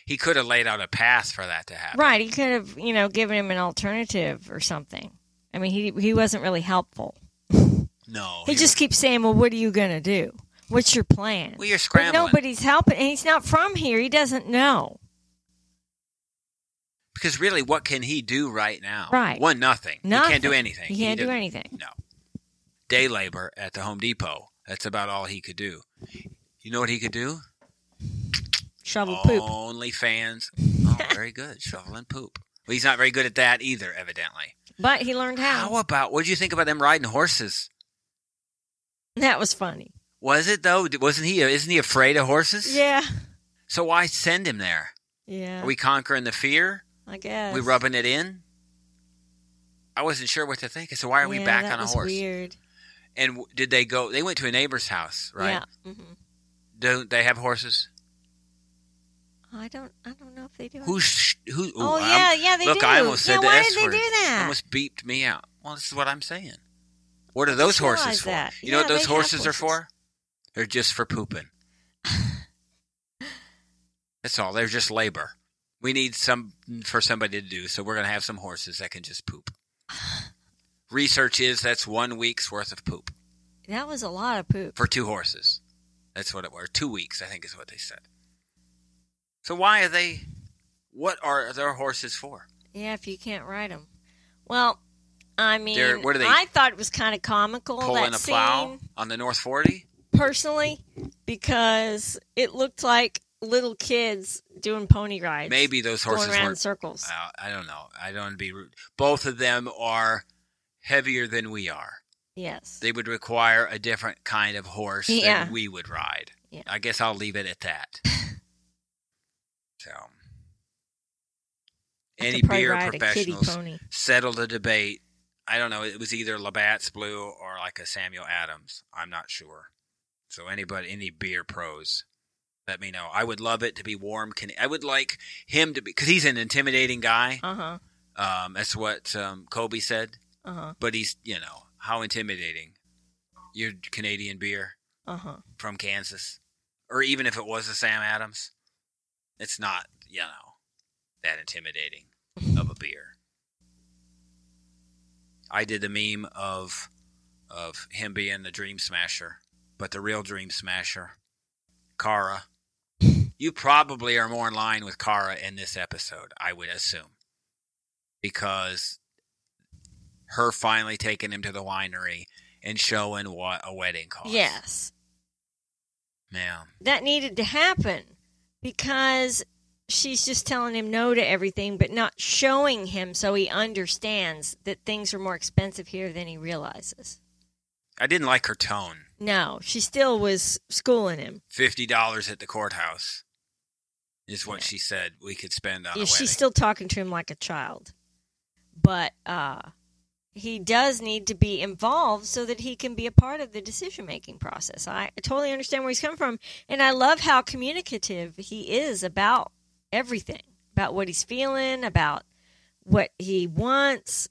He could have laid out a path for that to happen.
Right. He could have, you know, given him an alternative or something. I mean, he he wasn't really helpful.
No.
He just keeps saying, "Well, what are you going to do? What's your plan?"
Well, you're
but
scrambling.
nobody's helping, and he's not from here. He doesn't know.
Because really, what can he do right now?
Right.
One, nothing. He can't do
Nothing.
anything.
He can't do
didn't-
anything.
No. Day labor at the Home Depot. That's about all he could do. You know what he could do?
Shovel poop.
Only fans. Oh, very good. Shoveling poop. Well, he's not very good at that either, evidently.
But he learned how.
How about what do you think about them riding horses?
that was funny.
Was it though? Wasn't he? Isn't he afraid of horses?
Yeah.
So why send him there?
Yeah.
Are we conquering the fear?
I guess.
We rubbing it in? I wasn't sure what to think. So why are we
Yeah,
back
that
on a
was
horse?
Weird.
And w- did they go? They went to a neighbor's house, right?
Yeah. hmm
Don't they have horses?
I don't. I don't know if they do.
Who? Sh- who?
oh
I'm-
yeah, yeah they
look,
do.
I almost
yeah,
said the
why
S
did they
word.
do that?
Almost beeped me out. Well, this is what I'm saying. What are those
just
horses
realized
for?
that.
You know what
Yeah,
those
they have
horses, are
horses.
for? They're just for pooping. That's all. They're just labor. We need some for somebody to do, so we're going to have some horses that can just poop. Research is that's one week's worth of poop
that was a lot of poop.
for two horses. That's what it was. Two weeks, I think, is what they said. So why are they? What are their horses for?
Yeah, if you can't ride them. Well, I mean,
They're- what are they-
I thought it was kind of comical
Pulling
that
a
scene
plow on the North Forty?
personally because it looked like little kids doing pony rides,
Maybe those
going
horses
around in
weren't.
circles.
Uh, I don't know. I don't want to be rude. Both of them are heavier than we are.
yes.
They would require a different kind of horse
Yeah.
than we would ride.
Yeah.
I guess I'll leave it at that. so,
I could
any
probably
beer
ride a kitty
professionals
pony.
settle the debate. I don't know. It was either Labatt's Blue or like a Samuel Adams. I'm not sure. So anybody, any beer pros, let me know. I would love it to be warm. Can I would like him to be because he's an intimidating guy.
Uh huh.
Um, that's what um, Kobe said.
Uh huh.
But he's you know how intimidating. Your Canadian beer
Uh huh.
from Kansas, or even if it was a Sam Adams, it's not, you know, that intimidating of a beer. I did the meme of of him being the dream smasher, but the real dream smasher, Kara. You probably are more in line with Kara in this episode, I would assume. Because her finally taking him to the winery and showing what a wedding costs.
Yes.
Yeah.
that needed to happen because she's just telling him no to everything but not showing him so he understands that things are more expensive here than he realizes.
I didn't like her tone.
No, she still was schooling him.
Fifty dollars at the courthouse is what
Yeah.
she said we could spend on a
Yeah,
wedding.
she's still talking to him like a child. But uh he does need to be involved so that he can be a part of the decision making process. I totally understand where he's coming from. And I love how communicative he is about everything about what he's feeling, about what he wants.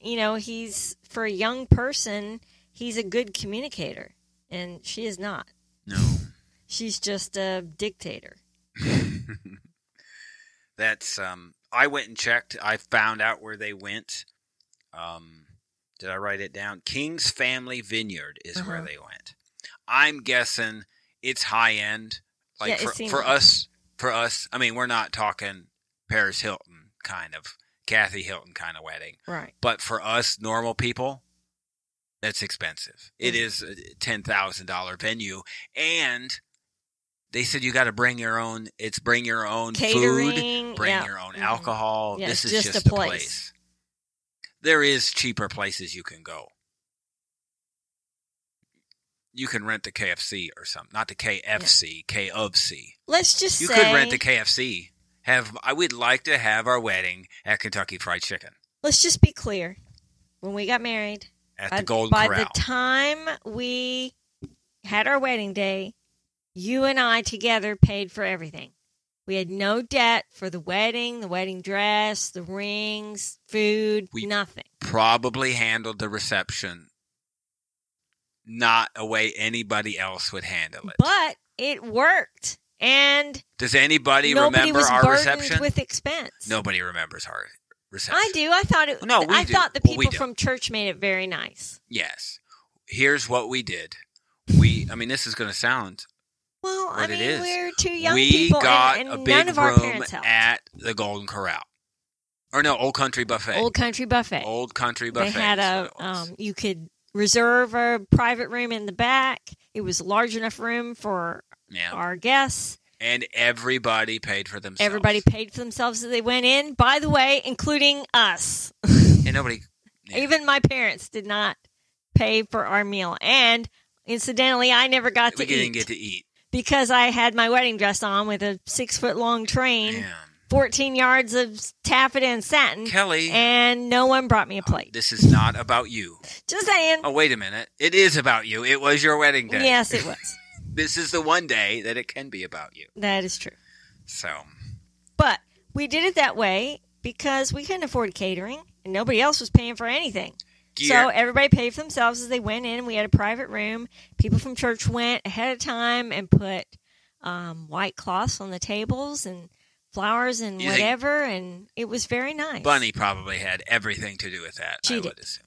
You know, he's for a young person, he's a good communicator, and she is not.
No.
She's just a dictator.
That's um I went and checked. I found out where they went. Um did I write it down? King's Family Vineyard is where
Uh-huh.
they went. I'm guessing it's high end. Like
Yeah, it
for,
seems
for
like
us for us, I mean, we're not talking Paris Hilton kind of Kathy Hilton kind of wedding.
Right.
but for us normal people that's expensive it
Mm.
is a $10000 venue and they said you got to bring your own it's bring your own food
Catering.
bring
yeah.
your own
Mhm.
alcohol
Yeah,
this
it's
is
just
just,
a
the place.
place.
there is cheaper places you can go you can rent the kfc or something not the kfc k of c
Let's just
you
say
could rent the kfc have i would like to have our wedding at kentucky fried chicken
let's just be clear. When we got married,
at the
I-
golden
by
corral
the time we had our wedding day, you and I together paid for everything. We had no debt for the wedding, the wedding dress, the rings, food,
We-
nothing.
probably handled the reception not a way anybody else would handle it.
But it worked, and
Does anybody
nobody
remember
was
our
burdened
reception?
with expense.
Nobody remembers our reception.
I do. I thought it.
No, we
I
do.
thought the
Well, we
people
do.
from church made it very nice.
Yes. Here's what we did. We I mean this is going to sound
Well, I
What it
mean,
is.
we're two young
we
people,
got
and, and
a
none
big
of our
room
parents helped.
at the Golden Corral. Or no, Old Country Buffet.
Old Country Buffet.
Old Country Buffet.
They had
is
a
what it was.
um, you could reserve a private room in the back. It was a large enough room for
yeah.
our guests.
and everybody paid for themselves.
Everybody paid for themselves as they went in. By the way, including us.
and nobody yeah.
Even my parents did not pay for our meal. And incidentally, I never got to
we didn't
eat
get to eat.
because I had my wedding dress on with a six foot long train,
Yeah.
14 yards of taffeta and satin,
Kelly,
Mm-hmm. and no one brought me a plate.
this is not about you.
Just saying.
Oh, wait a minute. It is about you. It was your wedding day.
Yes, it was.
This is the one day that it can be about you.
that is true.
So,
But we did it that way because we couldn't afford catering and nobody else was paying for anything. So
gear-
everybody paid for themselves as they went in. We had a private room. People from church went ahead of time and put um, white cloths on the tables and flowers and
You think-
whatever. and it was very nice.
Bunny probably had everything to do with that.
She
I
did.
would assume.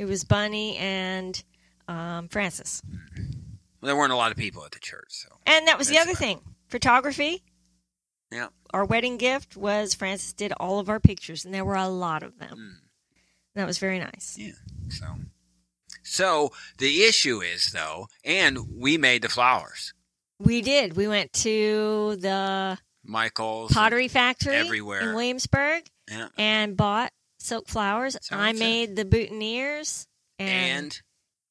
It was Bunny and um, Francis.
Well, there weren't a lot of people at the church, so
And that was the
That's
other
right.
thing photography.
Yeah.
Our wedding gift was Francis did all of our pictures, and there were a lot of them.
Mm.
That was very nice.
so. So the issue is though, and we made the flowers,
We did. We went to the
Michael's
pottery factory
everywhere.
in Williamsburg
yeah,
and bought silk flowers.
So
I
that's it.
made the boutonnieres and,
and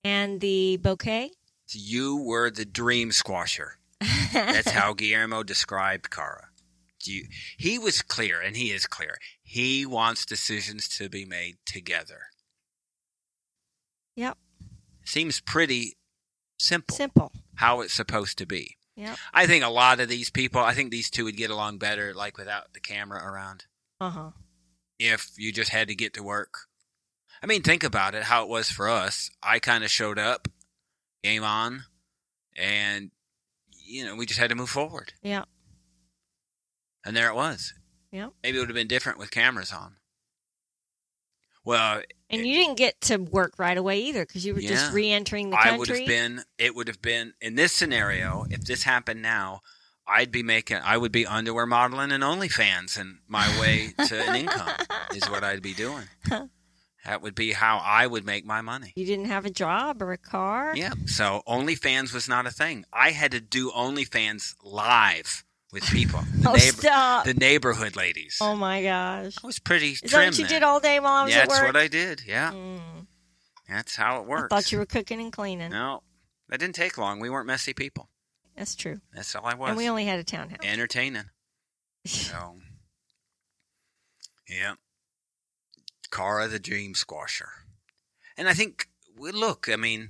and the bouquet.
you were the dream squasher. That's how Guillermo described Cara. Do you, he was clear, and he is clear. He wants decisions to be made together.
Yep.
Seems pretty simple
Simple.
how it's supposed to be.
Yep.
I think a lot of these people, I think these two would get along better, like without the camera around,
Uh huh.
if you just had to get to work. I mean, think about it how it was for us. I kind of showed up, game on, and, you know, we just had to move forward.
Yeah.
And there it was.
Yep.
Maybe it would have been different with cameras on. Well,
And you didn't get to work right away either because you were
Yeah.
just re entering the
I would
country.
have been. It would have been in this scenario. If this happened now, I'd be making. I would be underwear modeling and OnlyFans, and my way to an income is what I'd be doing. That would be how I would make my money.
you didn't have a job or a car.
Yeah. So OnlyFans was not a thing. I had to do OnlyFans live with people, the,
Oh,
neighbor,
stop.
the neighborhood ladies.
Oh, my gosh.
I was pretty
Is that
trim.
what you
then.
did all day while I was
Yeah,
at
That's
work?
what I did. Yeah,
Mm.
that's how it
I
works.
thought you were cooking and cleaning.
No, that didn't take long. We weren't messy people.
That's true.
That's all I was.
And we only had a townhouse.
entertaining. So, yeah. Cara the Dream Squasher. And I think, we look, I mean,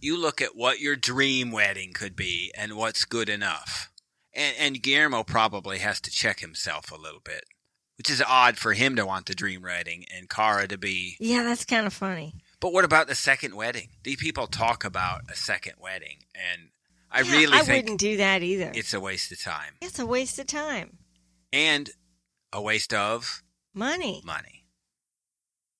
you look at what your dream wedding could be and what's good enough. And, and Guillermo probably has to check himself a little bit, which is odd for him to want the dream wedding and Cara to be.
Yeah, that's kind of funny.
But what about the second wedding? Do people talk about a second wedding? And I
Yeah,
really
I
think
wouldn't do that either. It's,
it's a waste of time
a waste of time,
and a waste of
money.
money.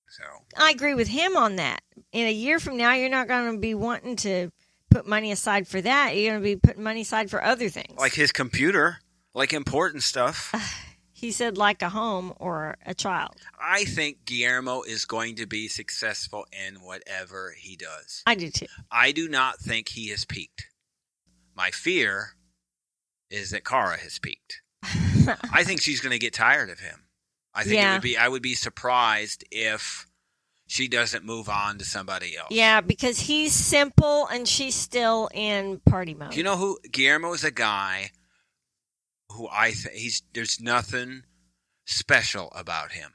So,
I agree with him on that. In a year from now, you're not going to be wanting to put money aside for that. You're going to be putting money aside for other things.
like his computer, like important stuff.
he said, like a home or a child.
I think Guillermo is going to be successful in whatever he does.
I do too.
I do not think he has peaked. My fear is that Kara has peaked. I think she's going to get tired of him. I think it
Yeah.
would be I would be surprised if she doesn't move on to somebody else.
Yeah, because he's simple and she's still in party mode.
Do you know who Guillermo is a guy who I th- he's there's nothing special about him.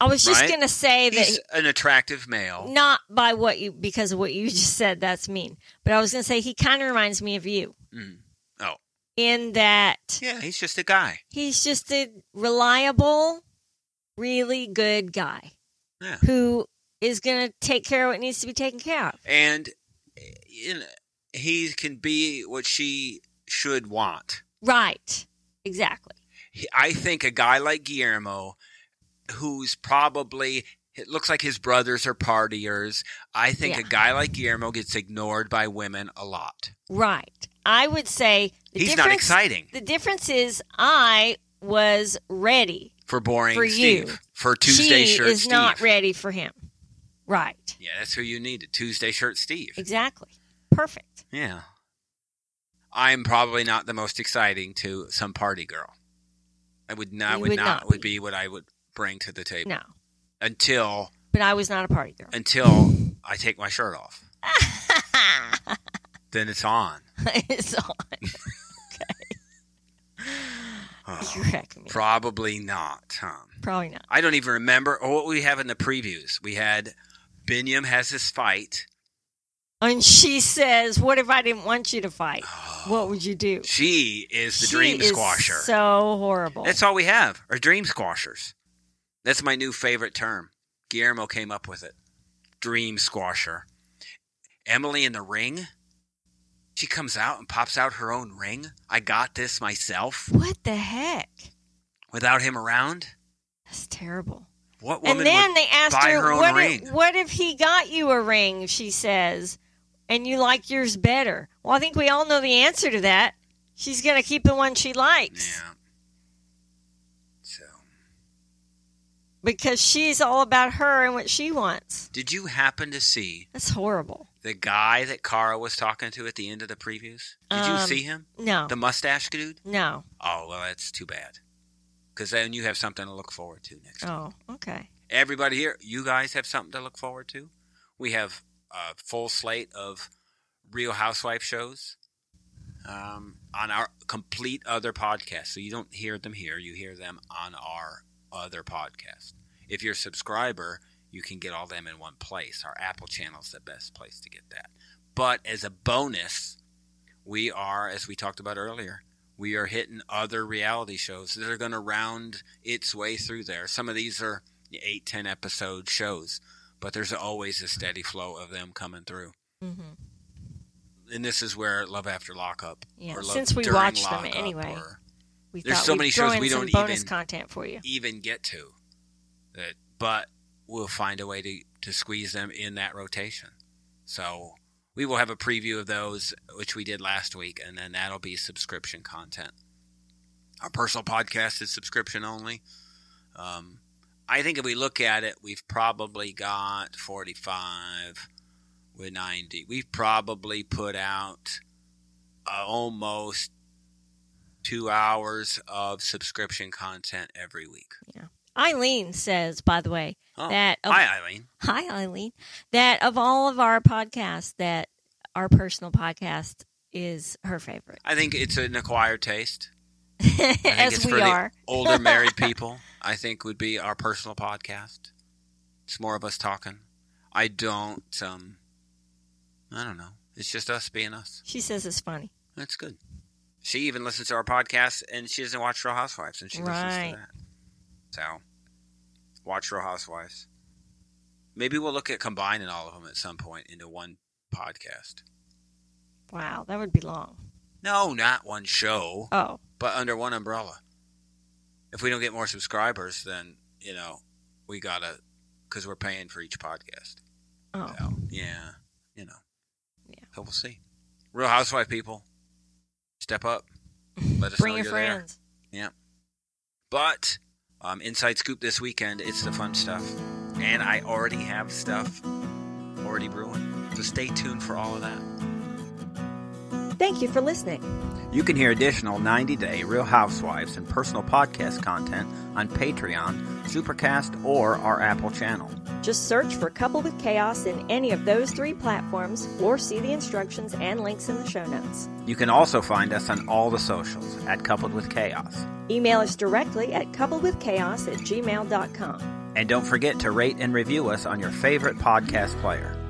I was just
right?
going to say that
He's an attractive male.
not by what you because of what you just said that's mean but i was going to say he kind of reminds me of you
Mm. Oh.
in that
Yeah, he's just a guy.
he's just a reliable really good guy
Yeah.
who is going to take care of what needs to be taken care of
and you know, he can be what she should want.
right exactly
He- I think a guy like Guillermo, who's probably it looks like his brothers are partiers. I think a
Yeah.
guy like Guillermo gets ignored by women a lot.
right i would say the
He's
difference
not exciting
the difference is i was ready
for boring
For
Steve
you.
for Tuesday
she
shirt
is
Steve.
not ready for him right
yeah, that's who you needed. Tuesday shirt Steve.
exactly perfect
Yeah. I'm probably not the most exciting to some party girl. I would not
You
would,
would
not,
not
would
be.
be what I would bring to the table
no
until
but i was not a party girl
until I take my shirt off.
Ah,
Then it's on.
it's on.
Oh,
You're wrecking me.
probably not, huh?
Probably not.
I don't even remember oh, what we have in the previews. We had Binyam has his fight.
And she says, "What if I didn't want you to fight? What would you do?"
She is the
She
dream
is
squasher.
So horrible.
That's all we have are dream squashers. That's my new favorite term. Guillermo came up with it. Dream squasher. Emily in the ring. She comes out and pops out her own ring. I got this myself
what the heck?
without him around.
That's terrible.
What woman
and then
would
they asked
buy
her,
her own
what,
ring?
If, "What if he got you a ring?" She says, "And you like yours better." Well, I think we all know the answer to that. She's going to keep the one she likes
Yeah. So,
because she's all about her and what she wants.
did you happen to see
That's horrible.
the guy that Kara was talking to at the end of the previews? Did you
Um,
see him?
No,
The mustache dude?
no.
Oh, well, that's too bad. Because then you have something to look forward to next time.
Oh, okay.
Everybody here, you guys have something to look forward to. We have a full slate of Real Housewife shows um, on our complete other podcast. So you don't hear them here, you hear them on our other podcast. If you're a subscriber, you can get all them in one place. Our Apple channel is the best place to get that. But as a bonus, we are, as we talked about earlier, we are hitting other reality shows that are going to round its way through there. Some of these are eight, ten episode shows, but there's always a steady flow of them coming through.
Mm-hmm.
And this is where Love After Lockup,
Yeah,
or Love
since we
During
watch them
Lockup
anyway.
or
We
There's
thought
so
we'd
many
throw
shows
in
we
some
don't
bonus
even-
content for you.
even get to. That, but we'll find a way to, to squeeze them in that rotation. So we will have a preview of those, which we did last week, and then that'll be subscription content. Our personal podcast is subscription only. Um, I think if we look at it, we've probably got 45 with 90. We've probably put out uh, almost two hours of subscription content every week.
Eileen says, by the way,
Oh,
that of,
hi, Eileen.
hi Eileen, that of all of our podcasts, that our personal podcast is her favorite,
I think it's an acquired taste. I think
as
it's
we
for the
are.
older married people, I think, would be our personal podcast. It's more of us talking. I don't. Um, I don't know. It's just us being us.
She says it's funny.
That's good. She even listens to our podcast, and she doesn't watch Real Housewives, and she
Right.
listens to that. So, watch Real Housewives. Maybe we'll look at combining all of them at some point into one podcast.
Wow, that would be long.
No, not one show,
Oh,
but under one umbrella. If we don't get more subscribers, then you know we gotta because we're paying for each podcast.
oh,
So, yeah, you know.
Yeah.
So we'll see. Real Housewife people, step up. Let us
bring
know
your
you're there.
friends.
But um, inside scoop this weekend, it's the fun stuff, and I already have stuff already brewing. So stay tuned for all of that.
Thank you for listening.
You can hear additional 90 day Real Housewives and personal podcast content on Patreon, Supercast, or our Apple channel.
Just search for Couple with Chaos in any of those three platforms or see the instructions and links in the show notes.
You can also find us on all the socials at Coupled with Chaos.
Email us directly at coupledwithchaos at gmail.com.
And don't forget to rate and review us on your favorite podcast player.